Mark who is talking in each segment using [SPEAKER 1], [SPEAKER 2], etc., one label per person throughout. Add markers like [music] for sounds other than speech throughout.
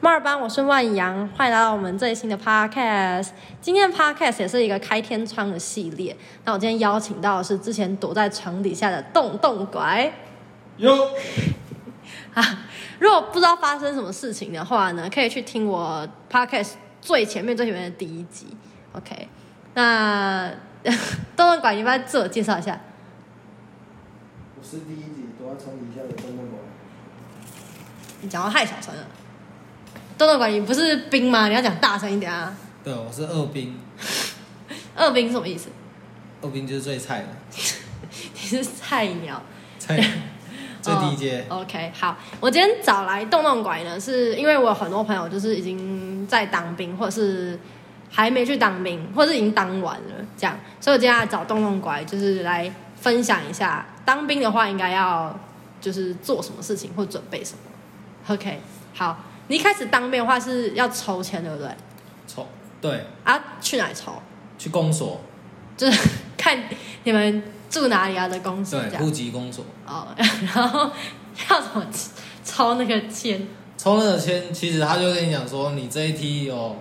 [SPEAKER 1] 墨尔班，我是万阳，欢迎来到我们最新的 podcast。今天的 podcast 也是一个开天窗的系列。那我今天邀请到的是之前躲在床底下的洞洞拐。
[SPEAKER 2] 哟，
[SPEAKER 1] 如果不知道发生什么事情的话呢，可以去听我 podcast 最前面最前面的第一集。OK，那 [laughs] 洞洞拐，你要不要自我介绍一下？
[SPEAKER 2] 我是第一集躲在床底下的东东狗。
[SPEAKER 1] 你讲话太小声了。洞洞拐，你不是兵吗？你要讲大声一点啊！
[SPEAKER 3] 对，我是二兵，
[SPEAKER 1] 二兵是什么意思？ [laughs]
[SPEAKER 3] 二兵就是最菜的，
[SPEAKER 1] 你是菜鸟。
[SPEAKER 3] 菜最低阶。
[SPEAKER 1] 哦 OK，好，我今天找来洞洞拐呢，是因为我有很多朋友就是已经在当兵，或者是还没去当兵，或者是已经当完了这样，所以我今天来找洞洞拐，就是来分享一下当兵的话应该要就是做什么事情或准备什么。OK，好，你一开始当兵的话是要抽签对不对？
[SPEAKER 3] 抽对，
[SPEAKER 1] 啊，去哪里抽？
[SPEAKER 3] 去公所，
[SPEAKER 1] 就是看你们住哪里啊的公司这
[SPEAKER 3] 对，
[SPEAKER 1] 样
[SPEAKER 3] 户籍公所。
[SPEAKER 1] 哦， [laughs] 然后要怎么 [laughs] 抽那个签？
[SPEAKER 3] 抽那个签，其实他就跟你讲说，你这一梯有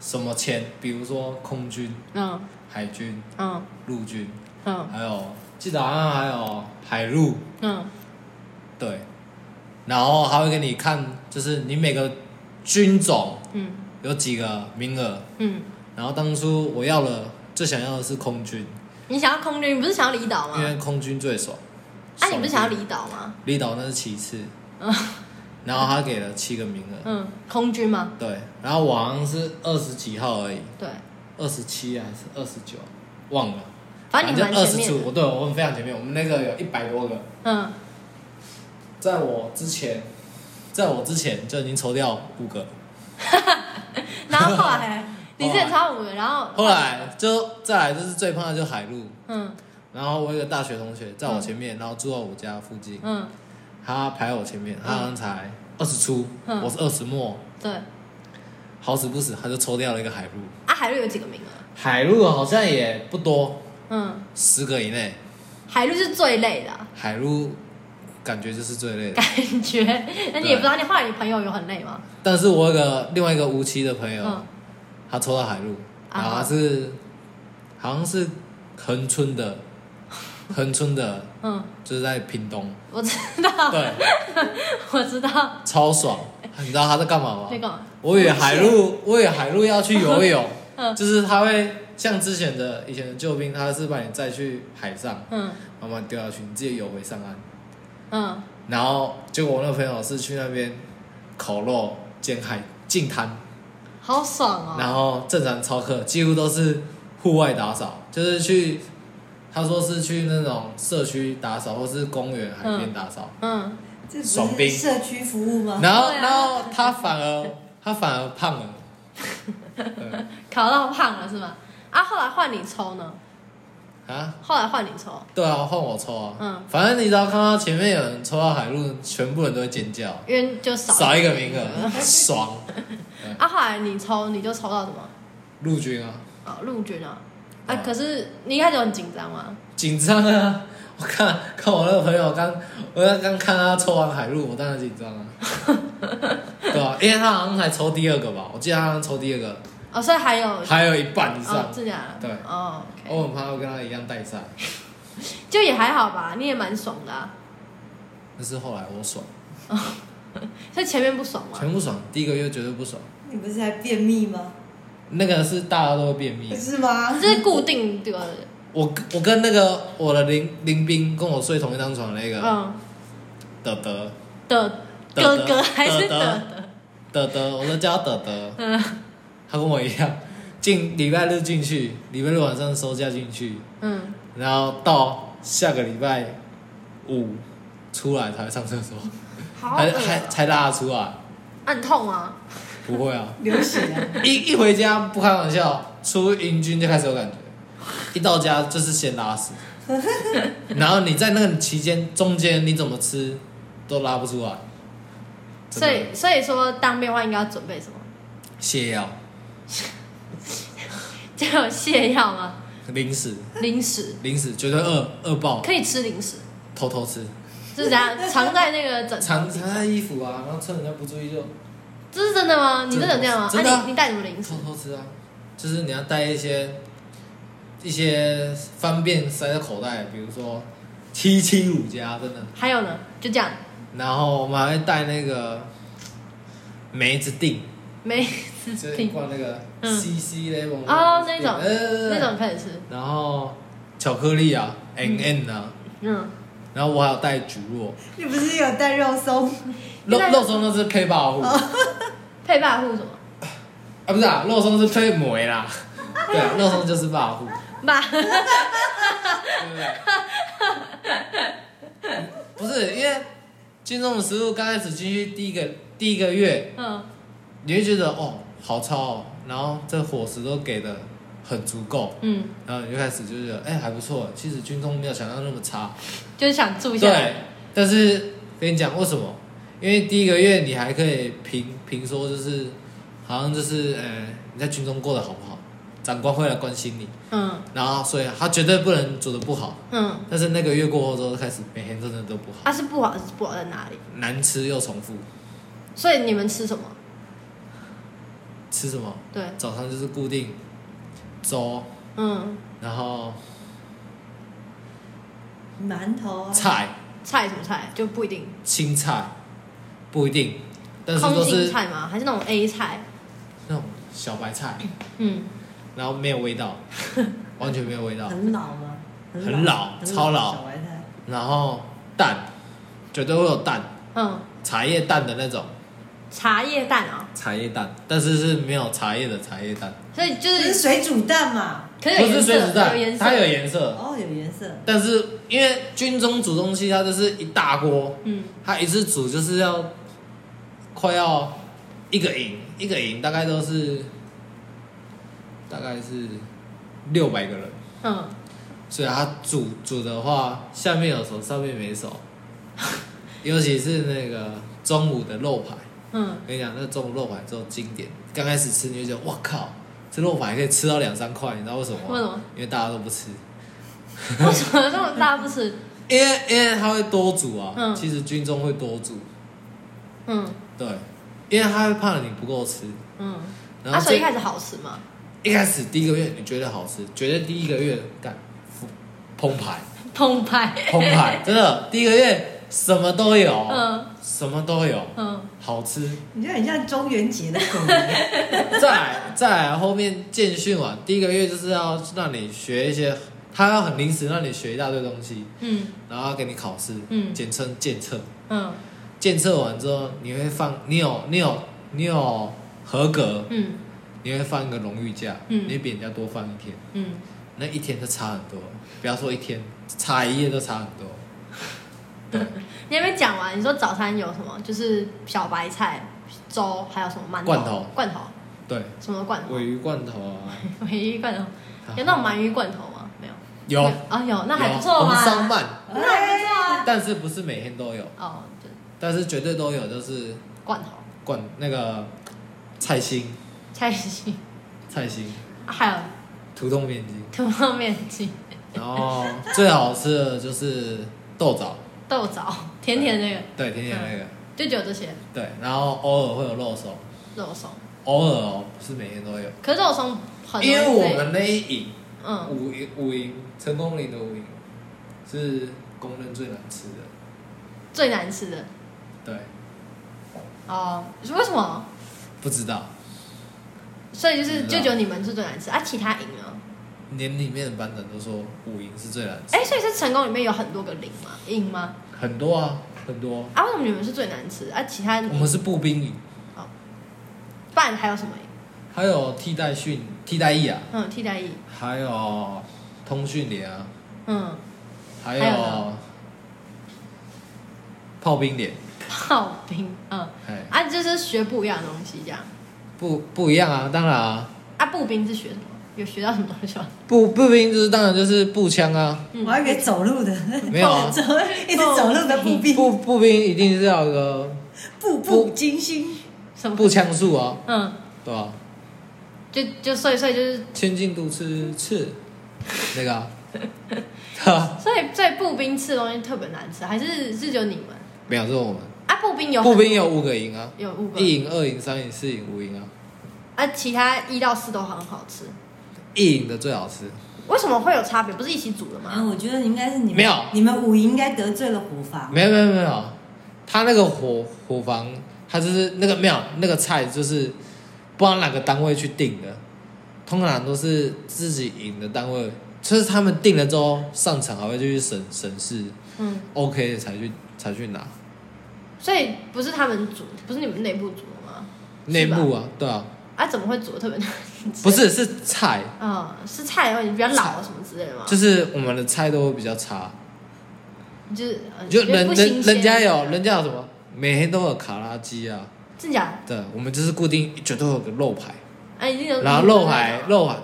[SPEAKER 3] 什么签，比如说空军、
[SPEAKER 1] 嗯。
[SPEAKER 3] 海军、
[SPEAKER 1] 嗯
[SPEAKER 3] 陆军，
[SPEAKER 1] 嗯
[SPEAKER 3] 还有记得好像还有海陆，
[SPEAKER 1] 嗯
[SPEAKER 3] 对。然后他会给你看，就是你每个军种
[SPEAKER 1] 嗯
[SPEAKER 3] 有几个名额。
[SPEAKER 1] 嗯，
[SPEAKER 3] 然后当初我要了，最想要的是空军，
[SPEAKER 1] 你想要空军，你不是想要离岛吗
[SPEAKER 3] 因？为空军最爽。
[SPEAKER 1] 啊，你不是想要
[SPEAKER 3] 爽
[SPEAKER 1] 离嗯岛吗？
[SPEAKER 3] 离岛那是其次， [laughs] 然后他给了七个名额，
[SPEAKER 1] 嗯，空军吗？
[SPEAKER 3] 对，然后我好像是二十几号而已，
[SPEAKER 1] 对，
[SPEAKER 3] 二十七还是二十九，忘了，
[SPEAKER 1] 反正你
[SPEAKER 3] 就
[SPEAKER 1] 蛮
[SPEAKER 3] 二
[SPEAKER 1] 前
[SPEAKER 3] 十
[SPEAKER 1] 面
[SPEAKER 3] 出，
[SPEAKER 1] 的。
[SPEAKER 3] 我对我们非常前面，我们那个有一百多个，
[SPEAKER 1] 嗯，
[SPEAKER 3] 在我之前，在我之前就已经抽掉五个，
[SPEAKER 1] 然后后
[SPEAKER 3] [laughs]
[SPEAKER 1] 来你之前超五个，然后
[SPEAKER 3] 后来就再来就是最胖的就是海陆，
[SPEAKER 1] 嗯
[SPEAKER 3] 然后我有一个大学同学在我前面，然后住在我家附近，
[SPEAKER 1] 嗯
[SPEAKER 3] 他排我前面，他好像才二十出，
[SPEAKER 1] 嗯
[SPEAKER 3] 我是二十末，
[SPEAKER 1] 对，
[SPEAKER 3] 好死不死他就抽掉了一个海陆。
[SPEAKER 1] 啊，海陆有几个名额？
[SPEAKER 3] 海陆好像也不多，
[SPEAKER 1] 嗯，
[SPEAKER 3] 十个以内。
[SPEAKER 1] 海陆是最累的啊 [laughs]
[SPEAKER 3] 海陆感觉就是最累的
[SPEAKER 1] 感。觉，那你也不知道，你后来你朋友有很累吗？
[SPEAKER 3] 但是我有个另外一个无期的朋友，
[SPEAKER 1] 嗯
[SPEAKER 3] 他抽到海陆，
[SPEAKER 1] 啊
[SPEAKER 3] 然后他是、好像是恒春的，恒春的，
[SPEAKER 1] 嗯，
[SPEAKER 3] 就是在屏东，
[SPEAKER 1] 我知道， [laughs]
[SPEAKER 3] 对，
[SPEAKER 1] 我知道，
[SPEAKER 3] 超爽。你知道他在干嘛吗
[SPEAKER 1] 那？个
[SPEAKER 3] 我以为海陆，我以为海陆要去游泳，
[SPEAKER 1] 嗯
[SPEAKER 3] 就是他会像之前的以前的救兵，他是把你载去海上，
[SPEAKER 1] 嗯
[SPEAKER 3] 慢慢丢下去，你自己游回上岸。
[SPEAKER 1] 嗯，
[SPEAKER 3] 然后结果我那个朋友是去那边烤肉、捡海、净滩，
[SPEAKER 1] 好爽哦。
[SPEAKER 3] 然后正常操课，几乎都是户外打扫，就是去，他说是去那种社区打扫，或是公园、海边打扫。
[SPEAKER 1] 嗯，
[SPEAKER 4] 这不
[SPEAKER 3] 爽兵
[SPEAKER 4] 是社区服务吗？
[SPEAKER 3] 然后，
[SPEAKER 1] 对啊
[SPEAKER 3] 然后他反而他反而
[SPEAKER 1] [laughs]
[SPEAKER 3] 胖了，嗯对
[SPEAKER 1] 考到胖了是吗？啊，后来换你抽呢？
[SPEAKER 3] 啊，
[SPEAKER 1] 后来换你抽，
[SPEAKER 3] 对啊，换我抽啊，
[SPEAKER 1] 嗯
[SPEAKER 3] 反正你只要看到前面有人抽到海陆，全部人都会尖叫，
[SPEAKER 1] 因为就少
[SPEAKER 3] 少一个名额，
[SPEAKER 1] [laughs]
[SPEAKER 3] 爽，
[SPEAKER 1] 啊，后来你抽你就抽到什么？
[SPEAKER 3] 陆军啊。
[SPEAKER 1] 啊、陆军啊。啊
[SPEAKER 3] 哦，
[SPEAKER 1] 可是你一开始很紧张吗？
[SPEAKER 3] 紧张啊！我看看我那个朋友刚，我刚看他抽完海陆，我当然紧张啊。
[SPEAKER 1] [laughs]
[SPEAKER 3] 对啊，因为他好像才抽第二个吧，我记得他好像抽第二个，
[SPEAKER 1] 哦，所以还有
[SPEAKER 3] 还有一半
[SPEAKER 1] 哦
[SPEAKER 3] 以上，。
[SPEAKER 1] 这样啊
[SPEAKER 3] 对
[SPEAKER 1] 哦，OK，
[SPEAKER 3] 我很怕会跟他一样带赛，
[SPEAKER 1] 就也还好吧，你也蛮爽的、啊，
[SPEAKER 3] 但是后来我爽，
[SPEAKER 1] 所以前面不爽嘛。
[SPEAKER 3] 全部爽，第一个月绝对不爽。
[SPEAKER 4] 你不是还便秘吗？
[SPEAKER 3] 那个是大家都会便秘
[SPEAKER 1] 嗯
[SPEAKER 4] 不。是吗？
[SPEAKER 1] 这是固定对吧？
[SPEAKER 3] 我我跟那个我的林林斌跟我睡同一张床的那个
[SPEAKER 1] 嗯，
[SPEAKER 3] 德德
[SPEAKER 1] 的
[SPEAKER 3] 德
[SPEAKER 1] 哥
[SPEAKER 3] 德
[SPEAKER 1] 哥还是的
[SPEAKER 3] 德德
[SPEAKER 1] 的，
[SPEAKER 3] 德德，我都叫他德德。
[SPEAKER 1] 嗯
[SPEAKER 3] 他跟我一样，进礼拜日进去，礼拜六晚上收假进去，
[SPEAKER 1] 嗯，
[SPEAKER 3] 然后到下个礼拜五出来才会上厕所，
[SPEAKER 1] 好
[SPEAKER 3] 还
[SPEAKER 1] 恶
[SPEAKER 3] 还
[SPEAKER 1] 啊
[SPEAKER 3] 才拉得出来，
[SPEAKER 1] 啊，你痛啊？
[SPEAKER 3] 不会啊！
[SPEAKER 4] 流血啊！
[SPEAKER 3] 一一回家不开玩笑，出营军就开始有感觉，一到家就是先
[SPEAKER 1] [laughs]
[SPEAKER 3] 拉屎，然后你在那个期间中间你怎么吃都拉不出来，
[SPEAKER 1] 所
[SPEAKER 3] 真的
[SPEAKER 1] 以所以说当兵的话应该要准备什么？
[SPEAKER 3] 泻药、
[SPEAKER 1] 就有泻药吗？
[SPEAKER 3] 零食、
[SPEAKER 1] 零食
[SPEAKER 3] 零食绝对饿饿爆，
[SPEAKER 1] 可以吃零食，
[SPEAKER 3] 偷偷吃，
[SPEAKER 1] 就是这样藏在那个枕头
[SPEAKER 3] 藏
[SPEAKER 1] 底
[SPEAKER 3] 藏在衣服啊，然后趁人家不注意就
[SPEAKER 1] 这是真的吗？你真的有这样吗？
[SPEAKER 3] 真的啊
[SPEAKER 1] 啊，你你带什么零食
[SPEAKER 3] 偷？偷吃啊，就是你要带一些一些方便塞在口袋，比如说七七乳加，真的。
[SPEAKER 1] 还有呢，就这样，
[SPEAKER 3] 然后我们还会带那个梅子锭，
[SPEAKER 1] 没
[SPEAKER 3] 就是一
[SPEAKER 1] 听
[SPEAKER 3] 罐那个
[SPEAKER 1] 嗯
[SPEAKER 3] CC 那种
[SPEAKER 1] 哦那种那
[SPEAKER 3] 那
[SPEAKER 1] 种。开始吃，
[SPEAKER 3] 呃然后巧克力啊，N N 啊，
[SPEAKER 1] 嗯，
[SPEAKER 3] 然后我还有带菊
[SPEAKER 1] [laughs]
[SPEAKER 3] 络，
[SPEAKER 4] 你不是有带肉松？
[SPEAKER 1] 你
[SPEAKER 3] 肉
[SPEAKER 1] 带
[SPEAKER 3] 肉松那是配爆户啊，
[SPEAKER 1] 哦配霸户什么？
[SPEAKER 3] 不是啊，肉松是配梅啦，对啊，肉松就是爆户，
[SPEAKER 1] 霸， [laughs]
[SPEAKER 3] 对不对？ [laughs] 不是因为进这种食物刚开始进去第一个第一个月，
[SPEAKER 1] 嗯，
[SPEAKER 3] 你会觉得哦好超哦，然后这伙食都给的很足够，
[SPEAKER 1] 嗯，
[SPEAKER 3] 然后你就开始就觉得哎、还不错，其实军中没有想象那么差，
[SPEAKER 1] 就是想住下
[SPEAKER 3] 对
[SPEAKER 1] 来，，
[SPEAKER 3] 但是跟你讲为什么？因为第一个月你还可以评评说，就是好像就是呃你在军中过得好不好，长官会来关心你，
[SPEAKER 1] 嗯
[SPEAKER 3] 然后所以他绝对不能做的不好。
[SPEAKER 1] 嗯，
[SPEAKER 3] 但是那个月过后之后，开始每天真的都不好，
[SPEAKER 1] 它是不好是不好在哪里？
[SPEAKER 3] 难吃又重复。
[SPEAKER 1] 所以你们吃什么？
[SPEAKER 3] 吃什么？
[SPEAKER 1] 对，
[SPEAKER 3] 早上就是固定粥，
[SPEAKER 1] 嗯，
[SPEAKER 3] 然后
[SPEAKER 4] 馒头啊，
[SPEAKER 3] 菜、
[SPEAKER 1] 菜什么菜就不一定，
[SPEAKER 3] 青菜不一定，但是
[SPEAKER 1] 空
[SPEAKER 3] 都
[SPEAKER 1] 心
[SPEAKER 3] 是
[SPEAKER 1] 菜吗？还是那种 A 菜？
[SPEAKER 3] 那种小白菜，
[SPEAKER 1] 嗯，
[SPEAKER 3] 然后没有味
[SPEAKER 1] [laughs]
[SPEAKER 3] 道，完全没有味道。
[SPEAKER 4] 很老吗？
[SPEAKER 3] 很老超老
[SPEAKER 4] 小白菜，
[SPEAKER 3] 然后蛋，绝对会有蛋，
[SPEAKER 1] 嗯，
[SPEAKER 3] 茶叶蛋的那种
[SPEAKER 1] 茶叶蛋啊、
[SPEAKER 3] 茶叶蛋，但是是没有茶叶的茶叶蛋，
[SPEAKER 1] 所以就
[SPEAKER 4] 这是
[SPEAKER 1] 是
[SPEAKER 4] 水煮蛋嘛？
[SPEAKER 1] 可是有
[SPEAKER 3] 不是
[SPEAKER 1] 颜
[SPEAKER 3] 水煮
[SPEAKER 1] 色，有
[SPEAKER 3] 蛋，
[SPEAKER 1] 颜
[SPEAKER 3] 它有
[SPEAKER 1] 色，
[SPEAKER 3] 颜色，
[SPEAKER 4] 哦，有颜色，
[SPEAKER 3] 但是因为军中煮东西，它就是一大锅，
[SPEAKER 1] 嗯，
[SPEAKER 3] 它一次煮就是要快要一个营，一个营大概都是大概是六百个人，
[SPEAKER 1] 嗯，
[SPEAKER 3] 所以它煮煮的话，下面有手，上面没手， [laughs] 尤其是那个中午的肉排。
[SPEAKER 1] 嗯，
[SPEAKER 3] 我跟你讲，那中午肉排之后经典，刚开始吃你就觉得哇靠，这肉排可以吃到两三块，你知道为什么吗？
[SPEAKER 1] 为什么？
[SPEAKER 3] 因为大家都不吃，
[SPEAKER 1] 为什么这么大不吃？
[SPEAKER 3] 因为因为它会多煮啊。
[SPEAKER 1] 嗯
[SPEAKER 3] 其实军中会多煮，
[SPEAKER 1] 嗯
[SPEAKER 3] 对，因为他会怕你不够吃。
[SPEAKER 1] 嗯，
[SPEAKER 3] 然
[SPEAKER 1] 啊，
[SPEAKER 3] 后
[SPEAKER 1] 所
[SPEAKER 3] 这
[SPEAKER 1] 以一开始好吃嘛，
[SPEAKER 3] 一开始第一个月你觉得好吃，觉得第一个月干澎湃
[SPEAKER 1] 澎湃，
[SPEAKER 3] 澎湃，真的第一个月什么都有，
[SPEAKER 1] 嗯
[SPEAKER 3] 什么都有，
[SPEAKER 1] [laughs] 嗯，
[SPEAKER 3] 好吃。
[SPEAKER 4] 你就很像中元节的口音，
[SPEAKER 3] 再来再来后面建训完，第一个月就是要让你学一些，他要很临时让你学一大堆东西，
[SPEAKER 1] 嗯
[SPEAKER 3] 然后要给你考试，
[SPEAKER 1] 嗯
[SPEAKER 3] 简称检测。
[SPEAKER 1] 嗯
[SPEAKER 3] 检测完之后，你会放，你有你有你有合格，
[SPEAKER 1] 嗯
[SPEAKER 3] 你会放一个荣誉假，
[SPEAKER 1] 嗯
[SPEAKER 3] 你比人家多放一天，
[SPEAKER 1] 嗯，
[SPEAKER 3] 那一天就差很多，不要说一天，差一夜都差很多。
[SPEAKER 1] 你还没讲完，你说早餐有什么？就是小白菜、粥，还有什么馒头、
[SPEAKER 3] 罐头
[SPEAKER 1] 罐头
[SPEAKER 3] 对，
[SPEAKER 1] 什么罐头？
[SPEAKER 3] 尾鱼罐头啊，
[SPEAKER 1] 鲔 [laughs] 鱼罐头，有那种鳗鱼罐头吗？没有，
[SPEAKER 3] 有
[SPEAKER 1] 啊，有，那还
[SPEAKER 3] 有
[SPEAKER 1] 不错
[SPEAKER 3] 我们上
[SPEAKER 1] 嘛，
[SPEAKER 3] 班，
[SPEAKER 1] [laughs] 那还不错啊。
[SPEAKER 3] 但是不是每天都有，
[SPEAKER 1] 哦，对，
[SPEAKER 3] 但是绝对都有，就是
[SPEAKER 1] 罐头、
[SPEAKER 3] 罐那个菜心。
[SPEAKER 1] 菜 [laughs] 心，
[SPEAKER 3] 菜心、
[SPEAKER 1] 还有
[SPEAKER 3] 土豆面筋，
[SPEAKER 1] 土豆面筋、
[SPEAKER 3] 然后最好吃的就是豆枣，
[SPEAKER 1] 豆枣，甜甜那个，
[SPEAKER 3] 对，甜甜那个，
[SPEAKER 1] 就只有这些
[SPEAKER 3] 对，然后偶尔会有肉松，
[SPEAKER 1] 肉松。
[SPEAKER 3] 偶尔哦，不是每天都有，
[SPEAKER 1] 可是肉松很容易
[SPEAKER 3] 因为我
[SPEAKER 1] 被
[SPEAKER 3] 们那一营
[SPEAKER 1] 嗯
[SPEAKER 3] 五营五营成功岭的五营是公认最难吃的，
[SPEAKER 1] 最难吃的
[SPEAKER 3] 对，
[SPEAKER 1] 哦，为什么？
[SPEAKER 3] 不知道
[SPEAKER 1] 所以就是
[SPEAKER 3] 不知
[SPEAKER 1] 就
[SPEAKER 3] 道
[SPEAKER 1] 只有你们是最难吃啊，其他赢了。
[SPEAKER 3] 连里面的班长都说五营是最难吃，
[SPEAKER 1] 哎、所以是成功里面有很多个零吗？赢吗？
[SPEAKER 3] 很多啊，很多，
[SPEAKER 1] 啊，为什么你们是最难吃啊？其他
[SPEAKER 3] 我们是步兵营，
[SPEAKER 1] 不然还有什么赢？
[SPEAKER 3] 还有替代训替代役啊，
[SPEAKER 1] 嗯，替代役，
[SPEAKER 3] 还有通讯连啊。
[SPEAKER 1] 嗯，
[SPEAKER 3] 还
[SPEAKER 1] 还有
[SPEAKER 3] 有
[SPEAKER 1] 呢
[SPEAKER 3] 炮兵脸，
[SPEAKER 1] 炮兵，嗯，
[SPEAKER 3] 哎，
[SPEAKER 1] 啊，就是学不一样的东西这样。
[SPEAKER 3] 不不一样啊，当然啊，
[SPEAKER 1] 啊，步兵是学什么？有学到什么东西吗？ [laughs]
[SPEAKER 3] 步步兵就是当然就是步枪啊，
[SPEAKER 1] 嗯
[SPEAKER 4] 哎我还以为走路的，
[SPEAKER 3] 没有啊，
[SPEAKER 4] [laughs] 走一直走路的步兵，
[SPEAKER 3] 步步兵一定是要有个
[SPEAKER 4] 步步惊心。
[SPEAKER 1] 什么？
[SPEAKER 3] 步枪术啊，
[SPEAKER 1] 嗯，
[SPEAKER 3] 对吧、
[SPEAKER 1] 就就所以所以就是
[SPEAKER 3] 千进度吃刺，那
[SPEAKER 1] [laughs]
[SPEAKER 3] 个、啊，哈，
[SPEAKER 1] 所以所以步兵吃的东西特别难吃，还是是只有你们
[SPEAKER 3] 没有，这是我们
[SPEAKER 1] 啊？啊，步兵有很
[SPEAKER 3] 步兵有五个营啊，
[SPEAKER 1] 有五个
[SPEAKER 3] 一营、二营、三营、四营、五营啊，
[SPEAKER 1] 啊，其他一到四都很好吃。
[SPEAKER 3] 一营的最好吃。
[SPEAKER 1] 为什么会有差别？不是一起煮的
[SPEAKER 4] 然
[SPEAKER 1] 吗？
[SPEAKER 4] 啊后我觉得应该是你们
[SPEAKER 3] 没有
[SPEAKER 4] 你们五营应该得罪了虎房，
[SPEAKER 3] 没有没有没有，他那个火火房，他就是那个没有那个菜就是不知道哪个单位去定的，通常都是自己营的单位，就是他们定了之后上场还会去审审视
[SPEAKER 1] 嗯，
[SPEAKER 3] ，OK 的才去才去拿
[SPEAKER 1] 所以不是他们煮，不是你们内部煮的吗？
[SPEAKER 3] 内
[SPEAKER 1] 是吧
[SPEAKER 3] 幕啊，对啊，
[SPEAKER 1] 啊，怎么会煮的特别难吃？
[SPEAKER 3] 不，是是菜，
[SPEAKER 1] [laughs] 嗯，是菜的问题，比较老什么之类的吗？
[SPEAKER 3] 就是我们的菜都会比较差，
[SPEAKER 1] 就是呃
[SPEAKER 3] 就
[SPEAKER 1] 因为
[SPEAKER 3] 人
[SPEAKER 1] 不
[SPEAKER 3] 人
[SPEAKER 1] 新鲜
[SPEAKER 3] 人家有人家有什么，每天都有卡拉鸡啊，
[SPEAKER 1] 真假的？
[SPEAKER 3] 对，我们就是固定绝对有个肉排，
[SPEAKER 1] 哎，已经有
[SPEAKER 3] 然后肉排肉排。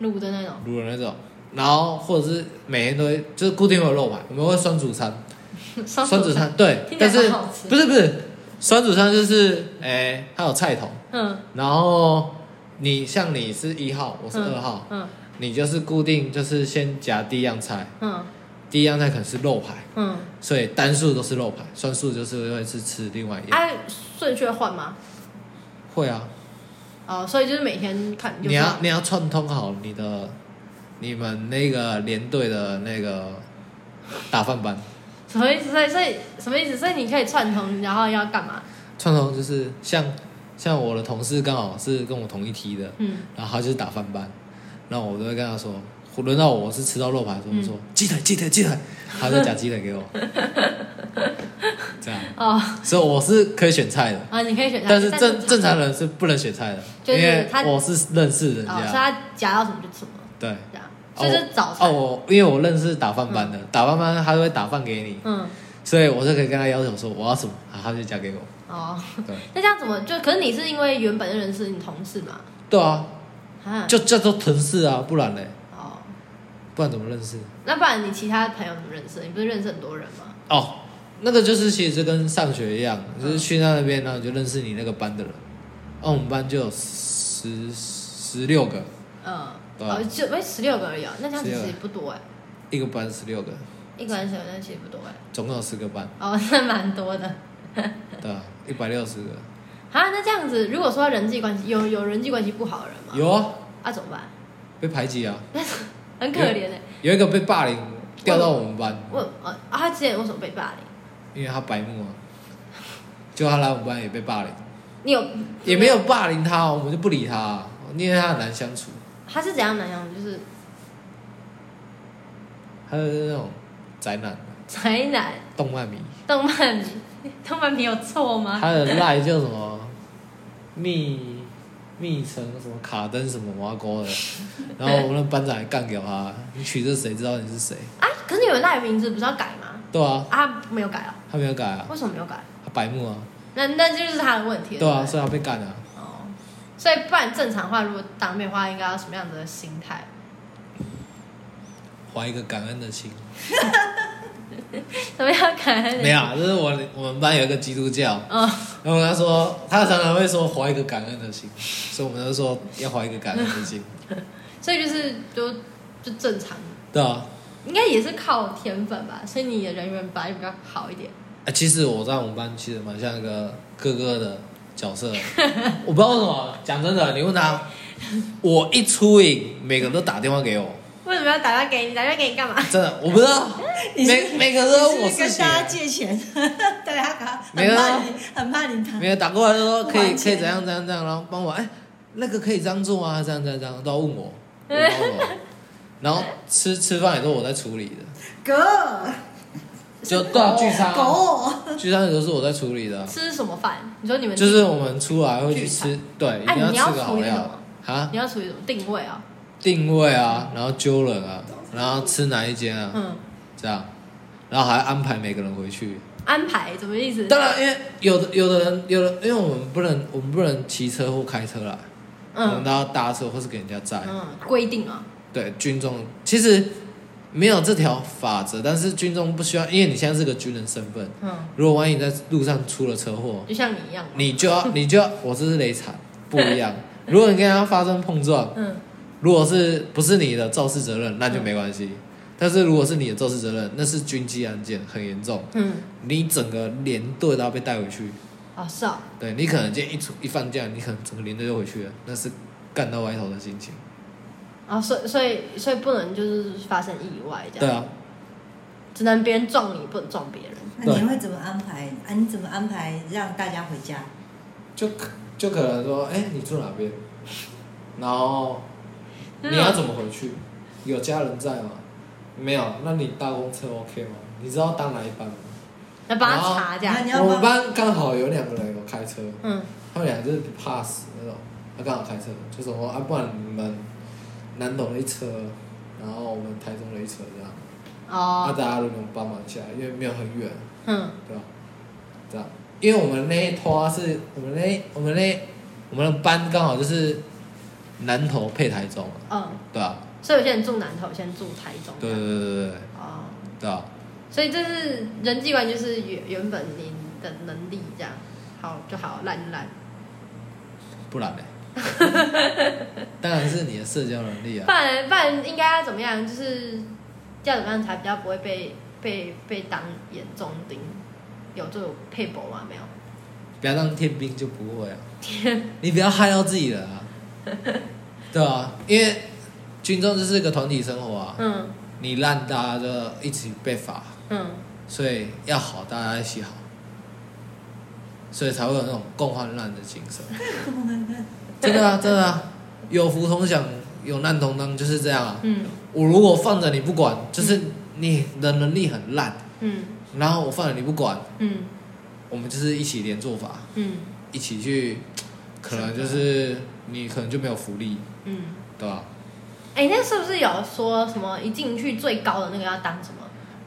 [SPEAKER 1] 卤的那种，
[SPEAKER 3] 卤的那种，然后或者是每天都会就是固定会有肉排，我们会酸煮餐，
[SPEAKER 1] [laughs] 酸
[SPEAKER 3] 酸煮餐对
[SPEAKER 1] 听，起来
[SPEAKER 3] 但是
[SPEAKER 1] 蛮好吃
[SPEAKER 3] 不是不是酸煮餐就是哎，它有菜头，
[SPEAKER 1] 嗯
[SPEAKER 3] 然后你像你是一号，我是
[SPEAKER 1] 嗯
[SPEAKER 3] 二号，
[SPEAKER 1] 嗯
[SPEAKER 3] 你就是固定就是先夹第一样菜，
[SPEAKER 1] 嗯
[SPEAKER 3] 第一样菜可能是肉排，
[SPEAKER 1] 嗯，
[SPEAKER 3] 所以单数都是肉排，双数就是会是吃另外一样，
[SPEAKER 1] 哎，顺序会换吗？
[SPEAKER 3] 会啊，
[SPEAKER 1] 哦，所以就是每天看有
[SPEAKER 3] 你
[SPEAKER 1] 没有
[SPEAKER 3] 要你要串通好你的你们那个连队的那个打饭班。
[SPEAKER 1] 什么意思？所以所以什么意思？所以你可以串通，然后要干嘛？
[SPEAKER 3] 串通就是像像我的同事刚好是跟我同一梯的，
[SPEAKER 1] 嗯，
[SPEAKER 3] 然后他就是打饭班，然后我都会跟他说，轮到我是吃到肉排的时候，我说鸡腿鸡腿鸡腿，他就夹鸡腿给我，这样，
[SPEAKER 1] 哦，
[SPEAKER 3] 所以我是可以选菜的，
[SPEAKER 1] 啊，你可以选它，
[SPEAKER 3] 但是正正常人是不能选菜的，
[SPEAKER 1] 就是
[SPEAKER 3] 因为
[SPEAKER 1] 他
[SPEAKER 3] 我是认识人
[SPEAKER 1] 哦，所以
[SPEAKER 3] 家，
[SPEAKER 1] 他夹到什么就吃什么，
[SPEAKER 3] 对，
[SPEAKER 1] 这样，
[SPEAKER 3] 哦
[SPEAKER 1] 所以就是早
[SPEAKER 3] 哦，
[SPEAKER 1] 餐，
[SPEAKER 3] 我因为我认识打饭班的，打饭班他都会打饭给你，
[SPEAKER 1] 嗯，
[SPEAKER 3] 所以我就可以跟他要求说我要什么，啊他就
[SPEAKER 1] [laughs]
[SPEAKER 3] 夹给我，
[SPEAKER 1] 哦，
[SPEAKER 3] 对，
[SPEAKER 1] 那这样怎么就？可是你是因为原本就认识你同事嘛？
[SPEAKER 3] 对啊，
[SPEAKER 1] 啊，
[SPEAKER 3] 就叫做同事啊，不然嘞。
[SPEAKER 1] 哦，
[SPEAKER 3] 不然怎么认识？
[SPEAKER 1] 那不然你其他朋友怎么认识？你不是认识很多人吗？
[SPEAKER 3] 哦，那个就是其实就跟上学一样，
[SPEAKER 1] 嗯
[SPEAKER 3] 就是去到那边，然后你就认识你那个班的人。哦，我们班就有十十六个，
[SPEAKER 1] 嗯，
[SPEAKER 3] 对啊
[SPEAKER 1] 哦，就哎十六个而已啊，那这样其
[SPEAKER 3] 16
[SPEAKER 1] 实也不多哎，
[SPEAKER 3] 一个班十六个，
[SPEAKER 1] 一个人选那其实不多哎，
[SPEAKER 3] 总共有十个班，
[SPEAKER 1] 哦， [laughs] 那蛮多的。
[SPEAKER 3] 对吧？一百六十个，
[SPEAKER 1] 啊，那这样子，如果说人际关系有有人际关系不好的人吗？
[SPEAKER 3] 有啊，
[SPEAKER 1] 啊，怎么办？
[SPEAKER 3] 被排挤啊，
[SPEAKER 1] 很可怜哎、
[SPEAKER 3] 有一个被霸凌，调到我们班，
[SPEAKER 1] 我啊，啊他之前为什么被霸凌？
[SPEAKER 3] 因为他白目啊，就他来我们班也被霸凌，
[SPEAKER 1] 你有
[SPEAKER 3] 也没有？霸凌他哦，我们就不理他啊，因为他很难相处，
[SPEAKER 1] 他是怎样难样？就是
[SPEAKER 3] 他是那种宅男，
[SPEAKER 1] 宅男、
[SPEAKER 3] 动漫迷。
[SPEAKER 1] 动漫迷，动漫迷有错吗？
[SPEAKER 3] 他的赖叫什么？密密城什么卡登什么挖沟的，然后我们那班长还干掉他，你取这谁知道你是谁？
[SPEAKER 1] 啊，可是你们赖名字不是要改吗？
[SPEAKER 3] 对啊，
[SPEAKER 1] 啊，没有改哦，
[SPEAKER 3] 他没有改啊，
[SPEAKER 1] 为什么没有改？
[SPEAKER 3] 他白目啊，
[SPEAKER 1] 那那就是他的问题了。
[SPEAKER 3] 对啊，
[SPEAKER 1] 不
[SPEAKER 3] 所以他被干啊，
[SPEAKER 1] 哦，所以不然正常话，如果当面的话，应该要什么样的心态？ [laughs]
[SPEAKER 3] 怀一个感恩的心。
[SPEAKER 1] 怎么样感恩？
[SPEAKER 3] 没有，啊，就是我我们班有一个基督教，
[SPEAKER 1] 嗯
[SPEAKER 3] 然后我跟他说，他常常会说怀一个感恩的心，所以我们就说要怀一个感恩的
[SPEAKER 4] [laughs]
[SPEAKER 3] 心，
[SPEAKER 1] 所以就是就就正常，
[SPEAKER 3] 对啊。
[SPEAKER 1] 应该也是靠天分吧。所以你的人缘本来就比较好一点。
[SPEAKER 3] 啊，其实我在我们班其实蛮像一个哥哥的角色，
[SPEAKER 4] [laughs]
[SPEAKER 3] 我不知道为什么。讲真的，你问他，我一出营，每个人都打电话给我，
[SPEAKER 1] 为什么要打电话给你？打电话给你干嘛？
[SPEAKER 3] 真的，我不知道，
[SPEAKER 4] [laughs] 你是
[SPEAKER 3] 每每个人都问
[SPEAKER 4] 你
[SPEAKER 3] 我啊
[SPEAKER 4] 是不是
[SPEAKER 3] 事情
[SPEAKER 4] 跟大家，借钱， [laughs] 对他可
[SPEAKER 3] 没
[SPEAKER 4] 很
[SPEAKER 3] 有
[SPEAKER 4] 怕
[SPEAKER 3] 啊
[SPEAKER 4] 你，很怕你他
[SPEAKER 3] 没有打过来就说
[SPEAKER 4] 不
[SPEAKER 3] 可以
[SPEAKER 4] 还
[SPEAKER 3] 可以
[SPEAKER 4] 钱
[SPEAKER 3] 怎样怎样怎样，然后帮我，哎，那个可以这样做吗？这样这样这样都要问
[SPEAKER 4] [laughs]
[SPEAKER 3] 我，都要问我然后吃吃饭也都我在处理的，
[SPEAKER 4] 哥
[SPEAKER 3] 就对啊，聚餐啊，
[SPEAKER 4] 狗，
[SPEAKER 3] 聚餐也都是我在处理的啊，
[SPEAKER 1] 吃什么饭？你说你们
[SPEAKER 3] 就是我们出来会去
[SPEAKER 1] 聚餐
[SPEAKER 3] 吃，对，一
[SPEAKER 1] 哎
[SPEAKER 3] 定
[SPEAKER 1] 你
[SPEAKER 3] 吃
[SPEAKER 1] 要
[SPEAKER 3] 个
[SPEAKER 1] 处
[SPEAKER 3] 好
[SPEAKER 1] 理什
[SPEAKER 3] 料
[SPEAKER 1] 么
[SPEAKER 3] 啊。
[SPEAKER 1] 你要处于什么定位啊？
[SPEAKER 3] 定位啊，然后揪人啊，然后吃哪一间啊，
[SPEAKER 1] 嗯，
[SPEAKER 3] 这样，然后还安排每个人回去。
[SPEAKER 1] 安排什么意思？
[SPEAKER 3] 当然，因为有的有的人有的，因为我们不能我们不能骑车或开车来，我们
[SPEAKER 1] 嗯
[SPEAKER 3] 都要搭车或是给人家载。
[SPEAKER 1] 嗯，规定啊，
[SPEAKER 3] 对，军中其实没有这条法则，但是军中不需要，因为你现在是个军人身份，
[SPEAKER 1] 嗯，
[SPEAKER 3] 如果万一你在路上出了车祸，
[SPEAKER 1] 就像你一样嘛，
[SPEAKER 3] 你就 [laughs] 要你就要，我这是雷惨，不一 [laughs] 样。如果你跟他发生碰撞，
[SPEAKER 1] 嗯，
[SPEAKER 3] 如果是不是你的肇事责任，那就没关系。但是如果是你的肇事责任，那是军机案件，很严重，
[SPEAKER 1] 嗯，
[SPEAKER 3] 你整个连队都要被带回去。
[SPEAKER 1] 哦是哦，
[SPEAKER 3] 对你可能今天一出一放假，你可能整个连队就回去了，那是干到歪头的心情。
[SPEAKER 1] 哦所以所以所以不能就是发生意外这样，
[SPEAKER 3] 对啊，
[SPEAKER 1] 只能别人撞你，不能撞别人。
[SPEAKER 4] 那你会怎么安排？啊，你怎么安排让大家回家？
[SPEAKER 3] 就可就可能说，哎、你住哪边？然后你要怎么回去？有家人在吗？没有，那你搭公车 OK 吗？你知道搭哪一班吗？
[SPEAKER 1] 来帮
[SPEAKER 3] 哦
[SPEAKER 1] 他查这样
[SPEAKER 4] 然后，你要
[SPEAKER 3] 我们
[SPEAKER 4] 帮
[SPEAKER 3] 班刚好有两个人有开车，
[SPEAKER 1] 嗯，
[SPEAKER 3] 他们俩就是怕死那种，他刚好开车，就说啊，不然你们南董的一车，然后我们台中的一车这样，啊，
[SPEAKER 1] 哦，
[SPEAKER 3] 大家轮流帮忙一下，因为没有很远，
[SPEAKER 1] 嗯，
[SPEAKER 3] 对吧？这样，因为我们那一拖是我们那我们那我们的班刚好就是南投配台中嘛，
[SPEAKER 1] 嗯，
[SPEAKER 3] 对吧？
[SPEAKER 1] 所以有些人住南头，有些人住台中。
[SPEAKER 3] 对对对对对
[SPEAKER 1] 哦，
[SPEAKER 3] 对吧？
[SPEAKER 1] 所以这是人际关系，就是原原本你的能力这样，好就好，烂就烂。
[SPEAKER 3] 不然
[SPEAKER 4] [laughs]
[SPEAKER 3] 呢？当然是你的社交能力啊
[SPEAKER 1] 不。然不然应该要怎么样？就是要怎么样才比较不会被被被当眼中钉？有这种配博吗？
[SPEAKER 3] 哦
[SPEAKER 1] 没有。
[SPEAKER 3] 不要当天兵就不会啊。你不要害到自己人啊。对啊，因为军中就是一个团体生活啊，
[SPEAKER 1] 嗯
[SPEAKER 3] 你烂大家就一起被罚，
[SPEAKER 1] 嗯
[SPEAKER 3] 所以要好大家一起好，所以才会有那种共患难的精神。真的啊，真的啊，有福同享，有难同当，就是这样啊。
[SPEAKER 1] 嗯
[SPEAKER 3] 我如果放着你不管，就是你的能力很烂，
[SPEAKER 1] 嗯
[SPEAKER 3] 然后我放着你不管，
[SPEAKER 1] 嗯
[SPEAKER 3] 我们就是一起连做法。
[SPEAKER 1] 嗯
[SPEAKER 3] 一起去，可能就是你可能就没有福利，
[SPEAKER 1] 嗯。
[SPEAKER 3] 对吧？
[SPEAKER 1] 哎、那是不是有说什么一进去最高的那个要当什么